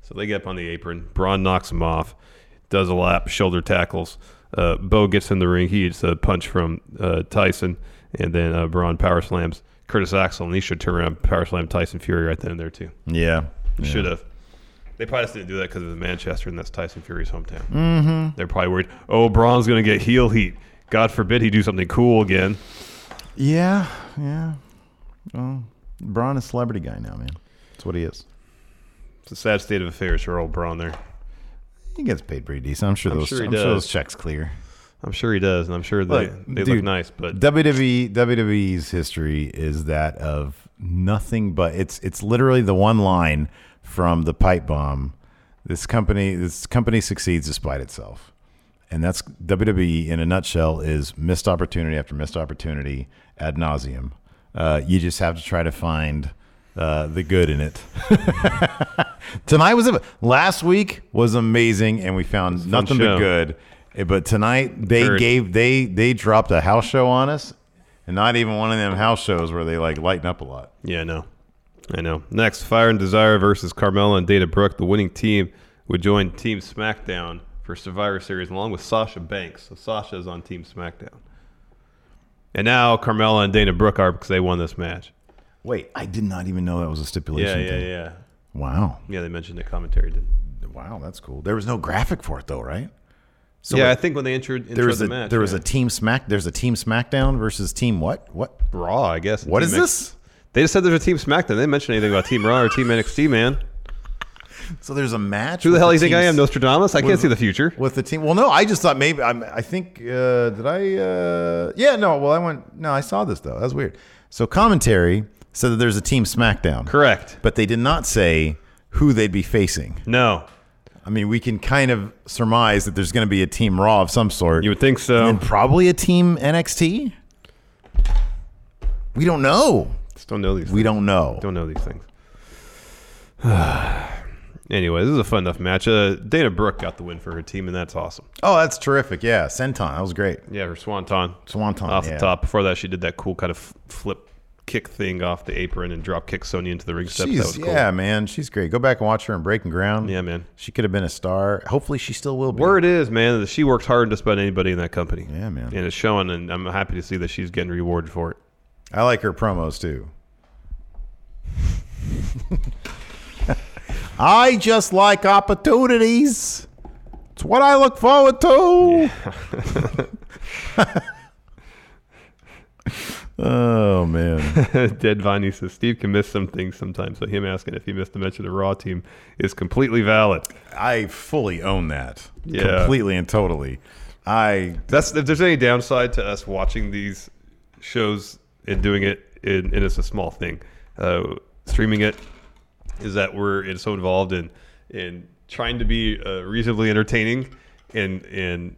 S2: So they get up on the apron. Braun knocks him off, does a lap, shoulder tackles. Uh, Bo gets in the ring. He eats a punch from uh, Tyson, and then uh, Braun power slams Curtis Axel, and he should turn around and power slam Tyson Fury right then and there too.
S1: yeah.
S2: Should have. They probably just didn't do that because it was Manchester, and that's Tyson Fury's hometown. They're probably worried. Oh, Braun's going to get heel heat. God forbid he do something cool again.
S1: Yeah, yeah. Well, Braun is a celebrity guy now, man. That's what he is.
S2: It's a sad state of affairs for old Braun there.
S1: He gets paid pretty decent. I'm sure
S2: I'm
S1: those.
S2: sure he
S1: I'm sure
S2: does.
S1: those checks clear.
S2: I'm sure he does, and I'm sure they,
S1: Look,
S2: they look
S1: dude, E,
S2: nice, but
S1: WWE WWE's history is that of nothing but it's it's literally the one line from the pipe bomb. This company this company succeeds despite itself. And that's WWE in a nutshell is missed opportunity after missed opportunity ad nauseum. Uh, you just have to try to find uh, the good in it. tonight was a, last week was amazing, and we found nothing but
S2: show.
S1: good. Eh, But tonight they
S2: Heard.
S1: gave they they dropped a house show on us, and not even one of them house shows where they like lighten up a lot.
S2: Yeah, I know. I know. Next, Fire and Desire versus Carmella and Data Brooke. The winning team would join Team SmackDown for Survivor Series along with Sasha Banks. So Sasha's on Team SmackDown. And now Carmella and Dana Brooke are because they won this match.
S1: Wait, I did not even know that was a
S2: Yeah,
S1: stipulation.
S2: yeah,
S1: thing.
S2: yeah.
S1: Wow,
S2: Yeah, they mentioned the commentary did.
S1: wow, that's cool. There was no graphic for it though, right? So
S2: yeah,
S1: wait,
S2: I think when they intro, intro
S1: there was
S2: the
S1: a
S2: match,
S1: there was
S2: yeah.
S1: a team smack. There's a team SmackDown versus team what what?
S2: Raw, I guess. and
S1: What
S2: Team
S1: is
S2: X-
S1: this?
S2: They just said there's a Team SmackDown. They didn't mention anything about Team Raw or Team NXT, man.
S1: So there's a match.
S2: Who the
S1: with
S2: hell do you think
S1: team
S2: I am,
S1: s-
S2: Nostradamus? I can't
S1: with-
S2: see the future.
S1: with the team. Well, no, I just thought maybe I'm, I think uh, did I? Uh, yeah, no. Well, I went. No, I saw this though. That was weird. So commentary said that there's a team SmackDown,
S2: Correct.
S1: But they did not say who they'd be facing.
S2: No.
S1: I mean, we can kind of surmise that there's going to be a team Raw of some sort.
S2: You would think so.
S1: and probably a team NXT. We don't know.
S2: Just don't know these.
S1: We don't know.
S2: Don't know these things. anyway, this is a fun enough match. Uh, Dana Brooke got the win for her team, and that's awesome.
S1: Oh, that's terrific. Yeah, senton. That was great.
S2: Yeah, her swanton.
S1: Swanton,
S2: Off
S1: yeah.
S2: the top. Before that, she did that cool kind of f- flip kick thing off the apron and drop kick Sonya into the ring steps. that
S1: She's-
S2: was cool.
S1: yeah, man, she's great. Go back and watch her in Breaking Ground.
S2: Yeah, man.
S1: She could have been a star. Hopefully, she still will be.
S2: Word is, man, that she worked harder than just about anybody in that company.
S1: Yeah, man.
S2: And it's showing, and I'm happy to see that she's getting rewarded for it.
S1: I like her promos too. I just like opportunities. It's what I look forward to. oh man.
S2: Dead Viney says Steve can miss some things sometimes, so him asking if he missed a mention of the Raw team is completely valid.
S1: I fully own that.
S2: Yeah.
S1: Completely and totally. I
S2: That's if there's any downside to us watching these shows and doing it, and, and it's a small thing, uh, streaming it, is that we're it's so involved in in trying to be uh, reasonably entertaining and and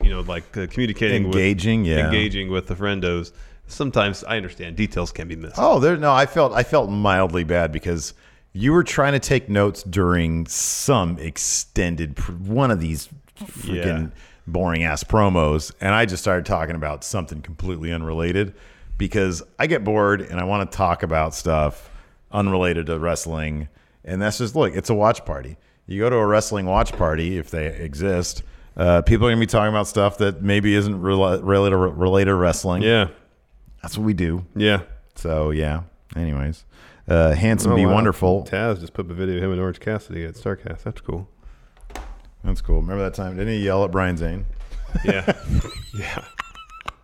S2: you know like uh, communicating,
S1: Engaging,
S2: with,
S1: yeah.
S2: engaging with the friendos. Sometimes I understand details can be missed.
S1: Oh, there no, I felt I felt mildly bad because you were trying to take notes during some extended pr- one of these freaking
S2: Yeah.
S1: boring ass promos and I just started talking about something completely unrelated because I get bored and I want to talk about stuff unrelated to wrestling and that's just look, it's a watch party. You go to a wrestling watch party if they exist. Uh, people are gonna be talking about stuff that maybe isn't rela- related related to wrestling.
S2: Yeah,
S1: that's what we do.
S2: yeah.
S1: So yeah. Anyways, uh, handsome be wonderful.
S2: Oh, Taz just put up a video of him and Orange Cassidy at Starcast. That's cool.
S1: That's cool. Remember that time? Didn't he yell at Brian Zane?
S2: Yeah.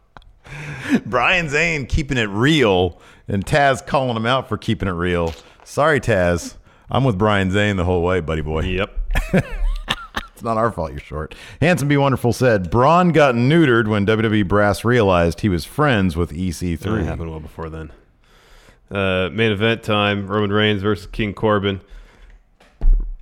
S1: Brian Zane keeping it real, and Taz calling him out for keeping it real. Sorry, Taz. I'm with Brian Zane the whole way, buddy boy.
S2: yep.
S1: It's not our fault you're short. Handsome Be Wonderful said Braun got neutered when WWE brass realized he was friends with E
S2: It
S1: EC3.
S2: happened well before then. Uh, main event time: Roman Reigns versus King Corbin.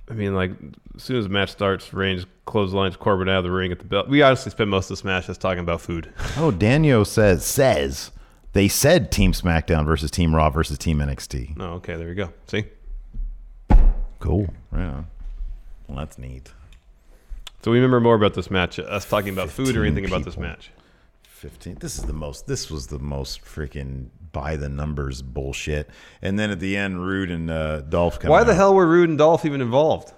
S2: I mean, like as soon as the match starts, Reigns clotheslines Corbin out of the ring at the belt. We honestly spent most of this match just talking about food.
S1: Oh, Daniel says says they said Team SmackDown versus Team Raw versus Team NXT.
S2: oh, okay, there we go. See,
S1: Cool. Yeah. Well, that's neat.
S2: so we remember more about this match, us talking about food or
S1: 15
S2: anything about this
S1: people.
S2: match.
S1: 15 this is the most this was the most freaking by the numbers bullshit and then at the end rude and uh, dolph come
S2: Why the
S1: out.
S2: hell were Rude and Dolph even involved?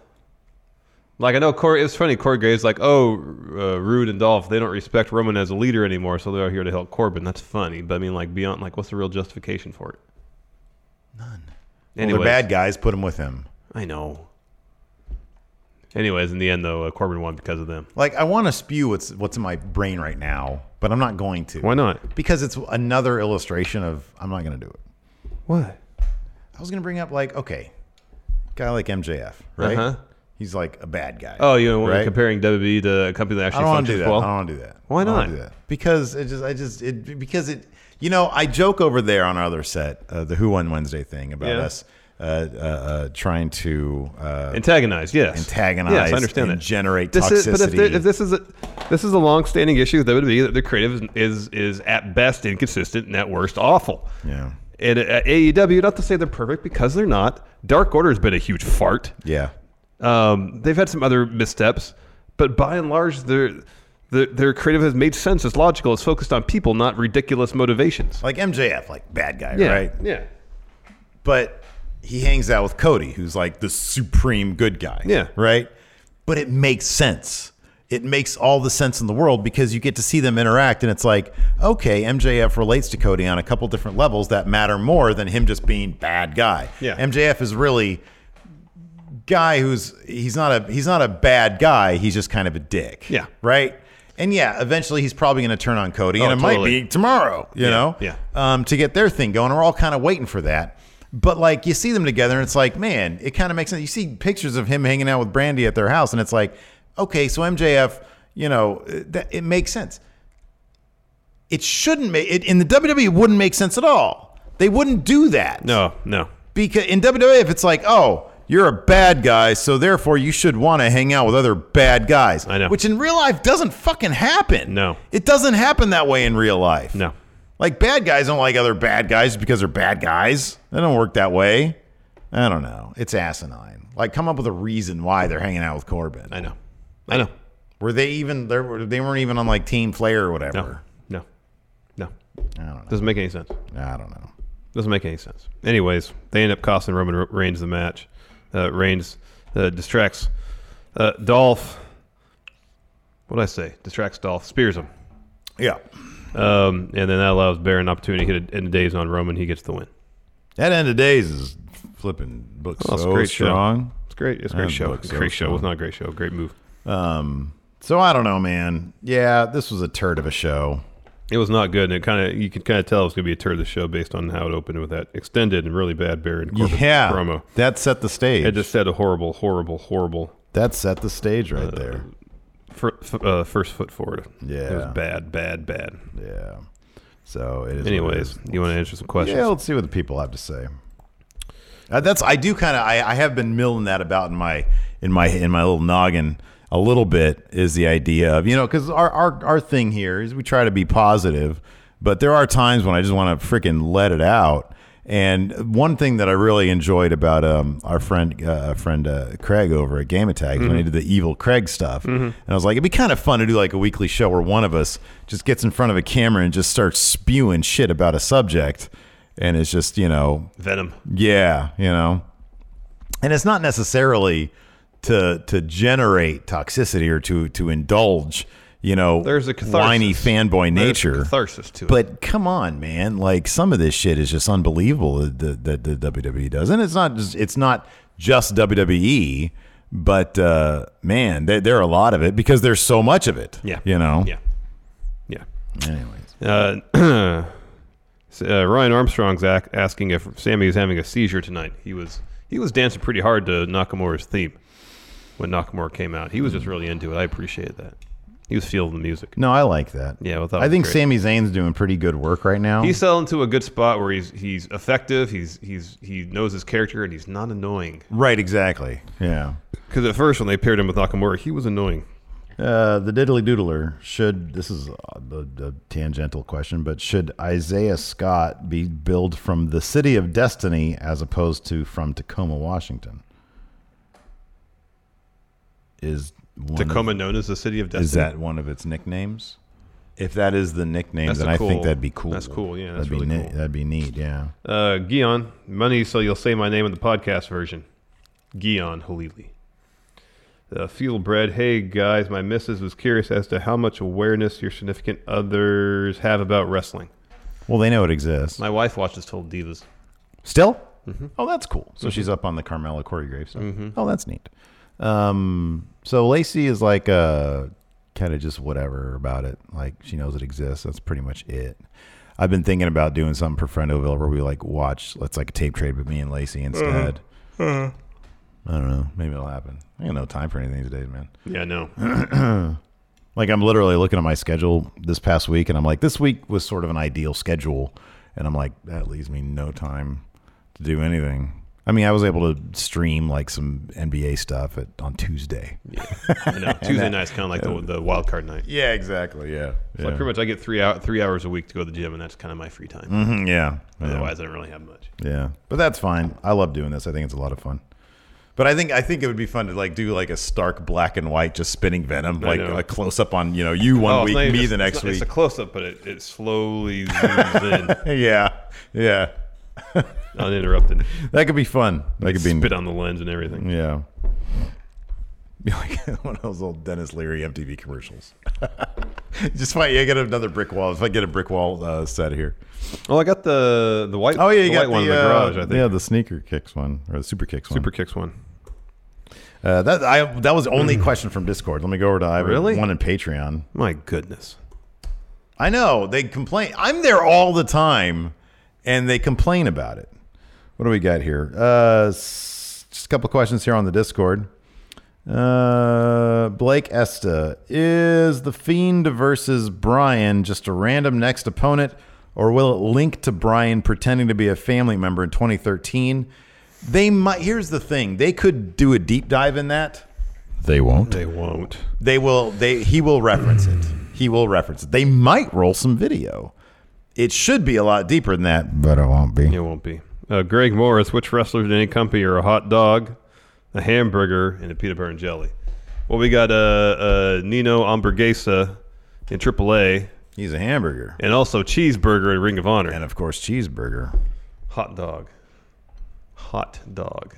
S2: Like I know Corey, it's funny. Corey Graves like, oh, uh, Rude and Dolph, they don't respect Roman as a leader anymore, so they're here to help Corbin. That's funny, but I mean, like, beyond, like, what's the real justification for it? None.
S1: Well,
S2: Anyway,
S1: they're bad guys put him with him
S2: I know. Anyways, in the end, though, uh, Corbin won because of them.
S1: like i want to spew what's what's in my brain right now but i'm not going to
S2: Why not?
S1: because it's another illustration of i'm not going to do it
S2: What?
S1: i was going to bring up like okay guy like mjf right
S2: Uh-huh.
S1: he's like a bad guy
S2: Oh, you know,
S1: Right?
S2: comparing WWE to a company that
S1: I
S2: actually
S1: don't want to do
S2: functions
S1: that.
S2: well.
S1: I don't want to do that.
S2: Why
S1: I don't wanna
S2: not?
S1: do that. Because it just, I just, it because it, you know, I joke over there on our other set, uh, the Who Won Wednesday thing about
S2: Yeah.
S1: us uh, uh, uh, trying to uh,
S2: Antagonize, yes.
S1: Antagonize
S2: Yes, I understand
S1: and
S2: that.
S1: generate
S2: this Is, but if,
S1: toxicity.
S2: there- if this is a this is a long-standing issue, that would be E that the creative is is, is at best inconsistent and at worst awful.
S1: Yeah.
S2: And uh, at AEW, not to say they're perfect because they're not. Dark Order has been a huge fart.
S1: yeah,
S2: Um, they've had some other missteps, but by and large, their their, their creative has made sense. It's logical. It's focused on people, not ridiculous motivations.
S1: like MJF, like bad guy,
S2: yeah,
S1: right?
S2: yeah,
S1: But he hangs out with Cody, who's like the supreme good guy,
S2: Yeah.
S1: right? But it makes sense. It makes all the sense in the world because you get to see them interact, and it's like, okay, MJF relates to Cody on a couple different levels that matter more than him just being bad guy.
S2: Yeah.
S1: MJF is really guy who's he's not a he's not a bad guy. He's just kind of a dick.
S2: Yeah.
S1: Right. And yeah, eventually he's probably going to turn on Cody, and it
S2: Oh, totally.
S1: might be tomorrow. You know.
S2: yeah.
S1: Um, to get their thing going, we're all kind of waiting for that. But like you see them together, and it's like, man, it kind of makes sense. You see pictures of him hanging out with Brandy at their house, and it's like, okay, so MJF, you know, it- that it makes sense it shouldn't make it in the WWE it wouldn't make sense at all. They wouldn't do that.
S2: No, no.
S1: Because in WWE if it's like, "Oh, you're a bad guy, so therefore you should want to hang out with other bad guys."
S2: I know.
S1: Which in real life doesn't fucking happen.
S2: No.
S1: It doesn't happen that way in real life.
S2: No.
S1: Like bad guys don't like other bad guys because they're bad guys. They don't work that way. I don't know. It's asinine. Like come up with a reason why they're hanging out with Corbin.
S2: I know, I know.
S1: Were they even they were- they weren't even on like Team Flair or whatever.
S2: No, no.
S1: I don't know.
S2: Doesn't make any sense.
S1: I don't know.
S2: Doesn't make any sense. Anyways, they end up costing Roman Re- Reigns the match. Uh, Reigns uh, distracts uh, Dolph. What did I say? Distracts Dolph, spears him,
S1: Yeah.
S2: um, and then that allows Baron an opportunity to hit a, in the days on Roman. He gets the win.
S1: That end of days is flipping books
S2: Well, it's a
S1: so
S2: great show.
S1: strong.
S2: It's great. It's a
S1: That
S2: great show.
S1: book's so
S2: great show.
S1: strong.
S2: It's not a great show. Great move.
S1: Um, so I don't know, man. Yeah, this was a turd of a show.
S2: It was not good, and it kind of you could kind of tell it was going to be a turd of the show based on how it opened with that extended and really bad Baron Corbin
S1: yeah,
S2: promo.
S1: that set the stage.
S2: It just set a horrible, horrible, horrible
S1: that set the stage
S2: Uh,
S1: right there.
S2: fir- f- uh, first foot forward. it was
S1: Yeah.
S2: bad, bad, bad.
S1: Yeah. So it is. what it
S2: Anyways,
S1: is.
S2: you want to answer some questions?
S1: yeah, let's see what the people have to say. Uh, that's I do kind of I, I have been milling that about in my in my in my little noggin a little bit is the idea of you know because our, our our thing here is we try to be positive, but there are times when I just want to freaking let it out. And one thing that I really enjoyed about um, our friend uh, friend uh, Craig over at Game Attack is when he did the evil Craig stuff, and I was like, it'd be kind of fun to do like a weekly show where one of us just gets in front of a camera and just starts spewing shit about a subject, and it's just you know
S2: Venom.
S1: yeah, you know. And it's not necessarily to to generate toxicity or to to indulge, you know,
S2: There's a catharsis.
S1: whiny fanboy
S2: There's a
S1: nature.
S2: catharsis to it.
S1: But come on, man, like some of this shit is just unbelievable that the, that the WWE does. And it's not just it's not just WWE, but uh man, there, there are a lot of it because there's so much of it.
S2: Yeah.
S1: You know.
S2: Yeah. Yeah.
S1: Anyways.
S2: Uh, uh, Ryan Armstrong's ac- asking if Sammy is having a seizure tonight. He was he was dancing pretty hard to Nakamura's theme when Nakamura came out. He was just really into it. I appreciate that. He was feeling the music.
S1: No, I like that.
S2: Yeah, well, that
S1: I
S2: was
S1: think
S2: great.
S1: Sami Zayn's doing pretty good work right now.
S2: He's selling to a good spot where he's he's effective. He's he's he knows his character and he's not annoying.
S1: right, exactly. Yeah.
S2: Because at first when they paired him with Nakamura, he was annoying.
S1: Uh, the diddly doodler should this is a, a, a tangential question but should isaiah scott be billed from the city of destiny as opposed to from tacoma washington is one
S2: Tacoma, known as the city of
S1: of,
S2: destiny.
S1: is that one of its nicknames if that is the nickname
S2: That's
S1: then
S2: a
S1: i
S2: cool-
S1: think that'd be cool
S2: that's cool, yeah, that's
S1: that'd be
S2: really
S1: neat
S2: cool.
S1: that'd be neat yeah
S2: Uh, Gion, money so you'll say my name in the podcast version. Gion Halili. The fuel bread. Hey guys, my missus was curious as to how much awareness your significant others have about wrestling.
S1: well they know it exists
S2: My wife watches Total Divas.
S1: Still? Oh, that's cool. So she's up on the Carmella Corey Graves. stuff. Oh, that's neat. Um, so Lacey is like uh, kind of just whatever about it. Like she knows it exists. That's pretty much it. I've been thinking about doing something for Friendoville where we like watch. Let's like a tape trade with me and Lacey instead. I don't know. Maybe it'll happen. I ain't got no time for anything today, man.
S2: Yeah, no.
S1: Like I'm literally looking at my schedule this past week, and I'm like, this week was sort of an ideal schedule, and I'm like, that leaves me no time to do anything. I mean, I was able to stream like some NBA stuff at, on Tuesday.
S2: I know. Tuesday night's kind of like the, the wild card night.
S1: Yeah, exactly. Yeah.
S2: So Like pretty much, I get three hour, three hours a week to go to the gym, and that's kind of my free time.
S1: Mhm, yeah. Yeah.
S2: Otherwise, I don't really have much.
S1: Yeah, but that's fine. I love doing this. I think it's a lot of fun. But I think I think it would be fun to like do like a stark black and white, just spinning venom, like
S2: know.
S1: a close up on you know you one
S2: Oh, it's
S1: week,
S2: not even-
S1: me
S2: it's-
S1: the next
S2: it's not-
S1: week.
S2: It's a close up, but it, it slowly zooms
S1: yeah, yeah,
S2: in uninterrupted.
S1: that could be fun. That could be
S2: Spit on the lens and everything.
S1: yeah. Be like one of those old Dennis Leary MTV commercials. just fight. Yeah, get another brick wall. If I get a brick wall uh, set here.
S2: Well, I got the the white.
S1: Oh yeah,
S2: the
S1: you
S2: white
S1: got
S2: one in
S1: the,
S2: the
S1: uh,
S2: garage. I think
S1: yeah the sneaker kicks one or the super kicks one.
S2: super kicks one.
S1: Uh, that I that was the only question from Discord. Let me go over to I
S2: Really?
S1: one in Patreon.
S2: My goodness.
S1: I know they complain. I'm there all the time, and they complain about it. What do we got here? Uh, s- just a couple of questions here on the Discord. Uh, Blake Esta is the Fiend versus Brian just a random next opponent, or will it link to Brian pretending to be a family member in 2013? They might. Here's the thing: they could do a deep dive in that. They won't
S2: They won't.
S1: they will they he will reference it he will reference it they might roll some video it should be a lot deeper than that
S4: but it won't be.
S2: It won't be. Uh, Greg Morris. Which wrestlers in any company are a hot dog, a hamburger, and a peanut butter and jelly? Well, we got uh, uh, Nino Ambergesa in AAA,
S1: he's a hamburger
S2: and also cheeseburger in Ring of Honor.
S1: and of course cheeseburger
S2: Hot dog. Hot dog. Hot dog.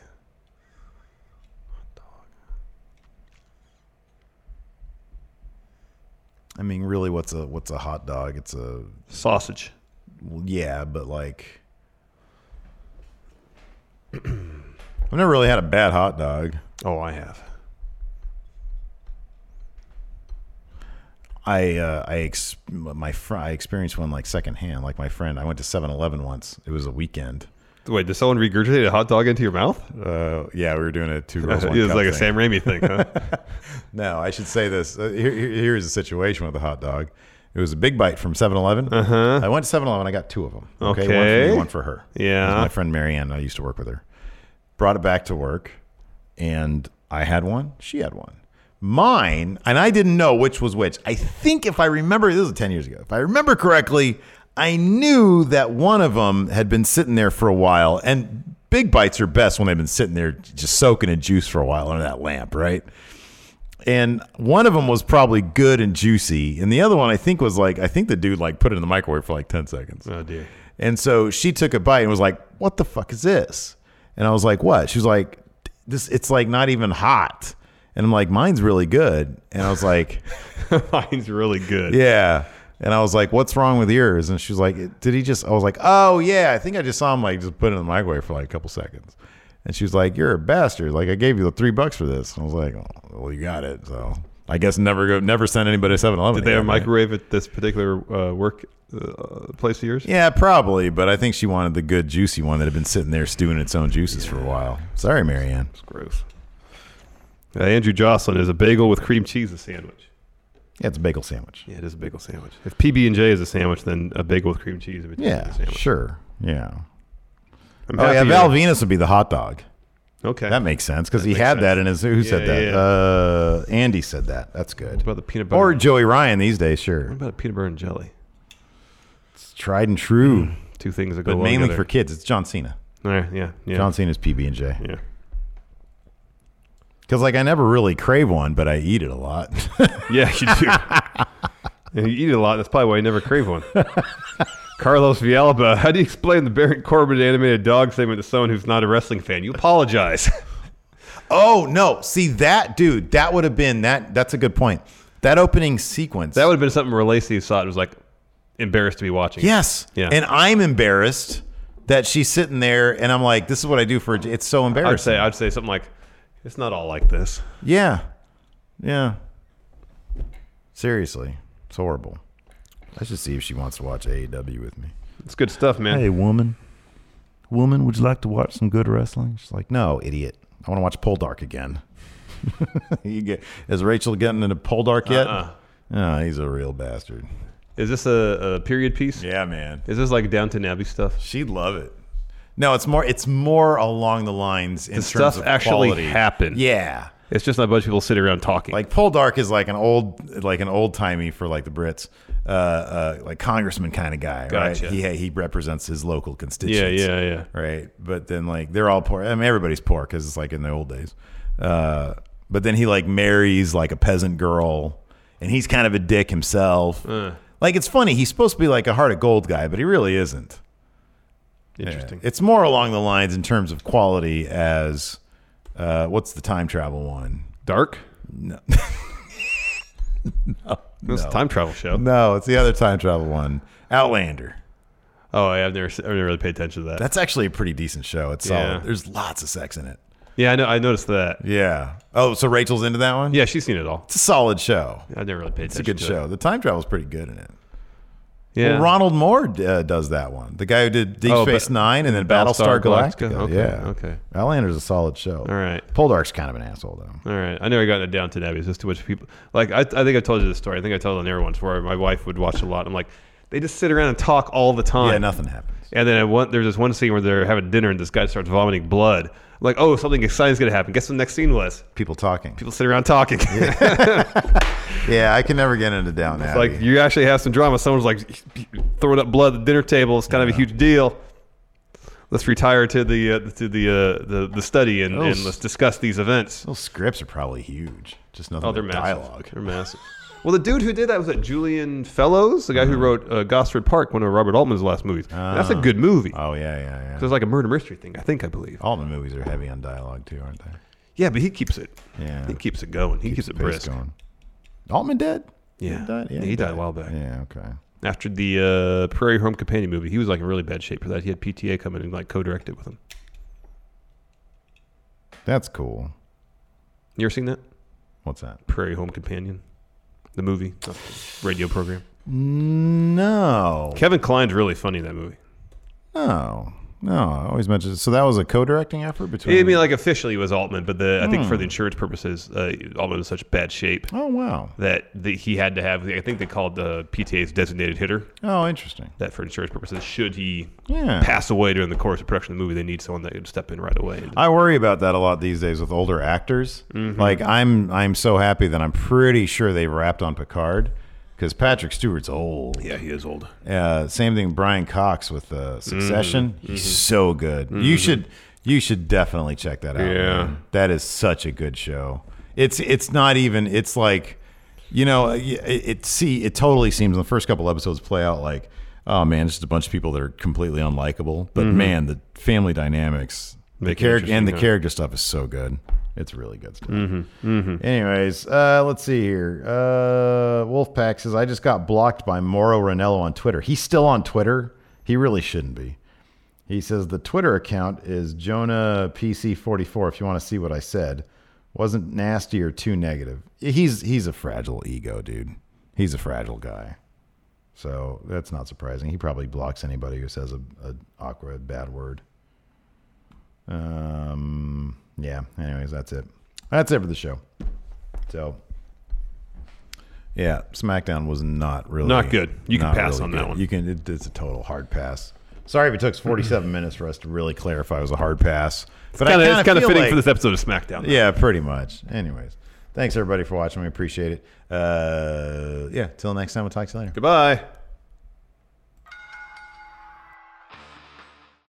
S1: i mean really what's a what's a hot dog it's a
S2: Sausage.
S1: well, yeah but like i've never really had a bad hot dog
S2: Oh, I have.
S1: I uh, I ex- my fr- I experienced one like secondhand. Like my friend, I went to 7-Eleven once. It was a weekend.
S2: Wait, did someone regurgitate a hot dog into your mouth?
S1: Uh, yeah, we were doing a two girls
S2: it
S1: one
S2: was
S1: cup
S2: like a
S1: thing.
S2: Sam Raimi thing, huh?
S1: No, I should say this. Uh, here, here- here's the situation with the hot dog. It was a big bite from 7-Eleven. Uh-huh. I went to 7-Eleven. I got two of them. One for
S2: Okay.
S1: me, one for her.
S2: Yeah.
S1: It was my friend Marianne. I used to work with her. Brought it back to work, and I had one. She had one. Mine, and I didn't know which was which. I think if I remember, this was 10 years ago. If I remember correctly, I knew that one of them had been sitting there for a while, and big bites are best when they've been sitting there just soaking in juice for a while under that lamp, right? and one of them was probably good and juicy and the other one i think was like i think the dude like put it in the microwave for like 10 seconds
S2: oh, dear.
S1: and so she took a bite and was like what the fuck is this and i was like what she was like this it's like not even hot and i'm like mine's really good and i was like
S2: Mine's really good.
S1: yeah and i was like what's wrong with yours and she was like did he just i was like oh yeah i think i just saw him like just put it in the microwave for like a couple seconds and she was like you're a bastard like i gave you the three bucks for this and i was like oh, well you got it so i guess never go never send anybody a 7-eleven
S2: Did they have a
S1: again, right?
S2: microwave at this particular uh, work uh, place of yours?
S1: yeah probably but i think she wanted the good juicy one that had been sitting there stewing its own juices for a while sorry marianne
S2: It's gross. Uh, Andrew Jocelyn is a bagel with cream cheese a sandwich.
S1: yeah it's a bagel sandwich
S2: Yeah, it is a bagel sandwich. If PB and J is a sandwich, then a bagel with cream cheese would be a
S1: yeah
S2: sandwich.
S1: sure yeah
S2: I'm
S1: oh yeah
S2: happier-
S1: val venus would be the hot dog
S2: Okay.
S1: That makes sense because he
S2: makes
S1: had
S2: sense.
S1: that in his. Who said
S2: Yeah,
S1: that?
S2: yeah, yeah.
S1: Uh, Andy said that. That's good.
S2: about the peanut butter?
S1: Or Joey Ryan these days,
S2: What
S1: sure.
S2: about a peanut butter and jelly?
S1: It's tried and true,
S2: Two things that go
S1: but
S2: Mm. well
S1: mainly for
S2: together.
S1: kids. It's John Cena.
S2: Alright, yeah, yeah,
S1: John Cena's PB and J.
S2: yeah.
S1: Because like I never really crave one, but I eat it a lot.
S2: Yeah, you do. and you eat it a lot. That's probably why you never crave one. Carlos Villalba, how do you explain the Baron Corbin animated dog segment to someone who's not a wrestling fan? You apologize.
S1: oh no! See that dude? That would have been that. That's a good point. That opening sequence.
S2: that would have been something where Lacey thought was like embarrassed to be watching.
S1: yes.
S2: Yeah.
S1: And I'm embarrassed that she's sitting there, and I'm like, "This is what I do for." a j- It's so
S2: I'd
S1: embarrassing.
S2: say I'd say something like, "It's not all like this."
S1: Yeah. Yeah. Seriously. It's horrible. I should see if she wants to watch AEW with me.
S2: It's good stuff, man.
S1: woman. Woman, would you like to watch some good wrestling? She's like, no, idiot. I want to watch Pole Dark again. you get, is Rachel getting into Pole Dark yet?
S2: Uh-uh.
S1: Oh, he's a real bastard.
S2: Is this a, a period piece?
S1: Yeah, man.
S2: Is this like Downton Abbey stuff?
S1: She'd love it. No, it's more. It's more along the lines in
S2: The
S1: terms
S2: stuff
S1: of
S2: actually
S1: quality.
S2: happened.
S1: Yeah,
S2: It's just not a bunch of people sitting around talking.
S1: like Paul Dark is like an old, like an old timey for like the Brits, uh, uh, like congressman kind of guy,
S2: Gotcha.
S1: right? He he represents his local
S2: yeah,
S1: constituents.
S2: yeah, yeah.
S1: right? But then like they're all poor. I mean, everybody's poor because it's like in the old days. Uh, but then he like marries like a peasant girl, and he's kind of a dick himself.
S2: Uh.
S1: Like it's funny. He's supposed to be like a heart of gold guy, but he really isn't.
S2: Interesting.
S1: It's more along the lines in terms of quality as uh, what's the time travel one?
S2: Dark? No. It's a time travel show.
S1: No, it's the other time travel one, Outlander.
S2: Oh, yeah, I've never, se- I've never really paid attention to that.
S1: That's actually a pretty decent show. It's
S2: Yeah.
S1: solid. There's lots of sex in it.
S2: yeah, I know. I noticed that.
S1: Yeah. Oh, so Rachel's into that one?
S2: Yeah, she's seen it all.
S1: It's a solid show.
S2: I've never really paid
S1: It's a
S2: attention.
S1: good
S2: to
S1: show.
S2: It.
S1: The time travel's pretty good in it.
S2: Yeah,
S1: Well, Ronald Moore uh, does that one. The guy who did Deep
S2: Oh,
S1: Space
S2: but-
S1: Nine and then
S2: Battlestar
S1: Battlestar,
S2: Galactica?
S1: Galactica.
S2: Okay,
S1: yeah.
S2: okay.
S1: Outlander's a solid show.
S2: All right.
S1: Poldark's kind of an asshole though.
S2: All right. I never got into Downton Abbey. It's just too much people. Like, I, I think I told you this story. I think I told it on air once where my wife would watch a lot. I'm like, they just sit around and talk all the time.
S1: Yeah, nothing happens.
S2: And then I want, there's this one scene where they're having dinner and this guy starts vomiting blood. I'm like, oh, something exciting's going to happen. Guess what the next scene was?
S1: People talking.
S2: People sit around talking.
S1: Yeah, I can never get into Down
S2: it's
S1: Abbey.
S2: like, you actually have some drama. Someone's like throwing up blood at the dinner table. It's kind of a huge deal. Let's retire to the uh, to the, uh, the the study and,
S1: Oh,
S2: and let's discuss these events.
S1: Those scripts are probably huge. Just nothing
S2: Oh, they're
S1: but
S2: massive.
S1: dialogue.
S2: They're massive. Well, the dude who did that was that Julian Fellows, the guy who wrote uh, Gosford Park, one of Robert Altman's last movies. That's a good movie. So
S1: Oh yeah, yeah, yeah.
S2: it's like a murder mystery thing, I think, I believe.
S1: All the movies are heavy on dialogue too, aren't they?
S2: Yeah, but he keeps it.
S1: Yeah.
S2: He keeps it going. He keeps, it
S1: the pace
S2: brisk.
S1: going. Altman dead?
S2: Yeah.
S1: He died?
S2: Yeah, he died a while back.
S1: Yeah, okay.
S2: After the uh, Prairie Home Companion movie, he was like in really bad shape for that. He had PTA come in and like co-direct it with him.
S1: That's cool.
S2: You ever seen that
S1: What's that?
S2: Prairie Home Companion, the movie, not the radio program?
S1: No.
S2: Kevin Kline's really funny in that movie.
S1: No. No, I always mentioned. So that was a co-directing effort between.
S2: I mean, like officially it was Altman, but the I think
S1: Hmm.
S2: for the insurance purposes, uh, Altman was in such bad shape
S1: oh wow.
S2: that the, he had to have. I think they called the PTA's designated hitter.
S1: Oh, interesting.
S2: That for insurance purposes, should he
S1: Yeah.
S2: pass away during the course of production of the movie, they need someone that could step in right away. And,
S1: I worry about that a lot these days with older actors.
S2: Mm-hmm.
S1: Like I'm, I'm so happy that I'm pretty sure they wrapped on Picard because Patrick Stewart's old.
S2: yeah, he is old. Mm-hmm.
S1: Uh, same thing, Brian Cox with uh, Succession. He's so good. You should, you should definitely check that out.
S2: Yeah.
S1: man. that is such a good show. It's, it's not even. It's like, you know, it, it see, it totally seems the first couple episodes play out like, oh man, it's just a bunch of people that are completely unlikable. But
S2: Mm-hmm.
S1: man, the family dynamics, the
S2: Make it
S1: character, and the
S2: interesting, huh? Mm-hmm,
S1: character stuff is so good. It's really good stuff. Anyways, uh, let's see here. Uh, Wolfpack says, I just got blocked by Mauro Ranello on Twitter. He's still on Twitter. He really shouldn't be. He says, the Twitter account is Jonah PC44 if you want to see what I said. Wasn't nasty or too negative. He's he's a fragile ego, dude. He's a fragile guy. So that's not surprising. He probably blocks anybody who says a, a awkward bad word. Um, yeah. Anyways, that's it. That's it for the show. So, yeah, SmackDown was not really
S2: Not good. You can
S1: not
S2: pass on that one.
S1: You can. It, it's a total hard pass. Sorry if it took us 47 minutes for us to really clarify it was a hard pass. But
S2: Kinda,
S1: I
S2: it's kind of
S1: feel
S2: fitting
S1: like-
S2: for this episode of SmackDown.
S1: Yeah, pretty much. Anyways, thanks everybody for watching. We appreciate it. Uh, yeah, till next time. We'll talk to you later.
S2: Goodbye.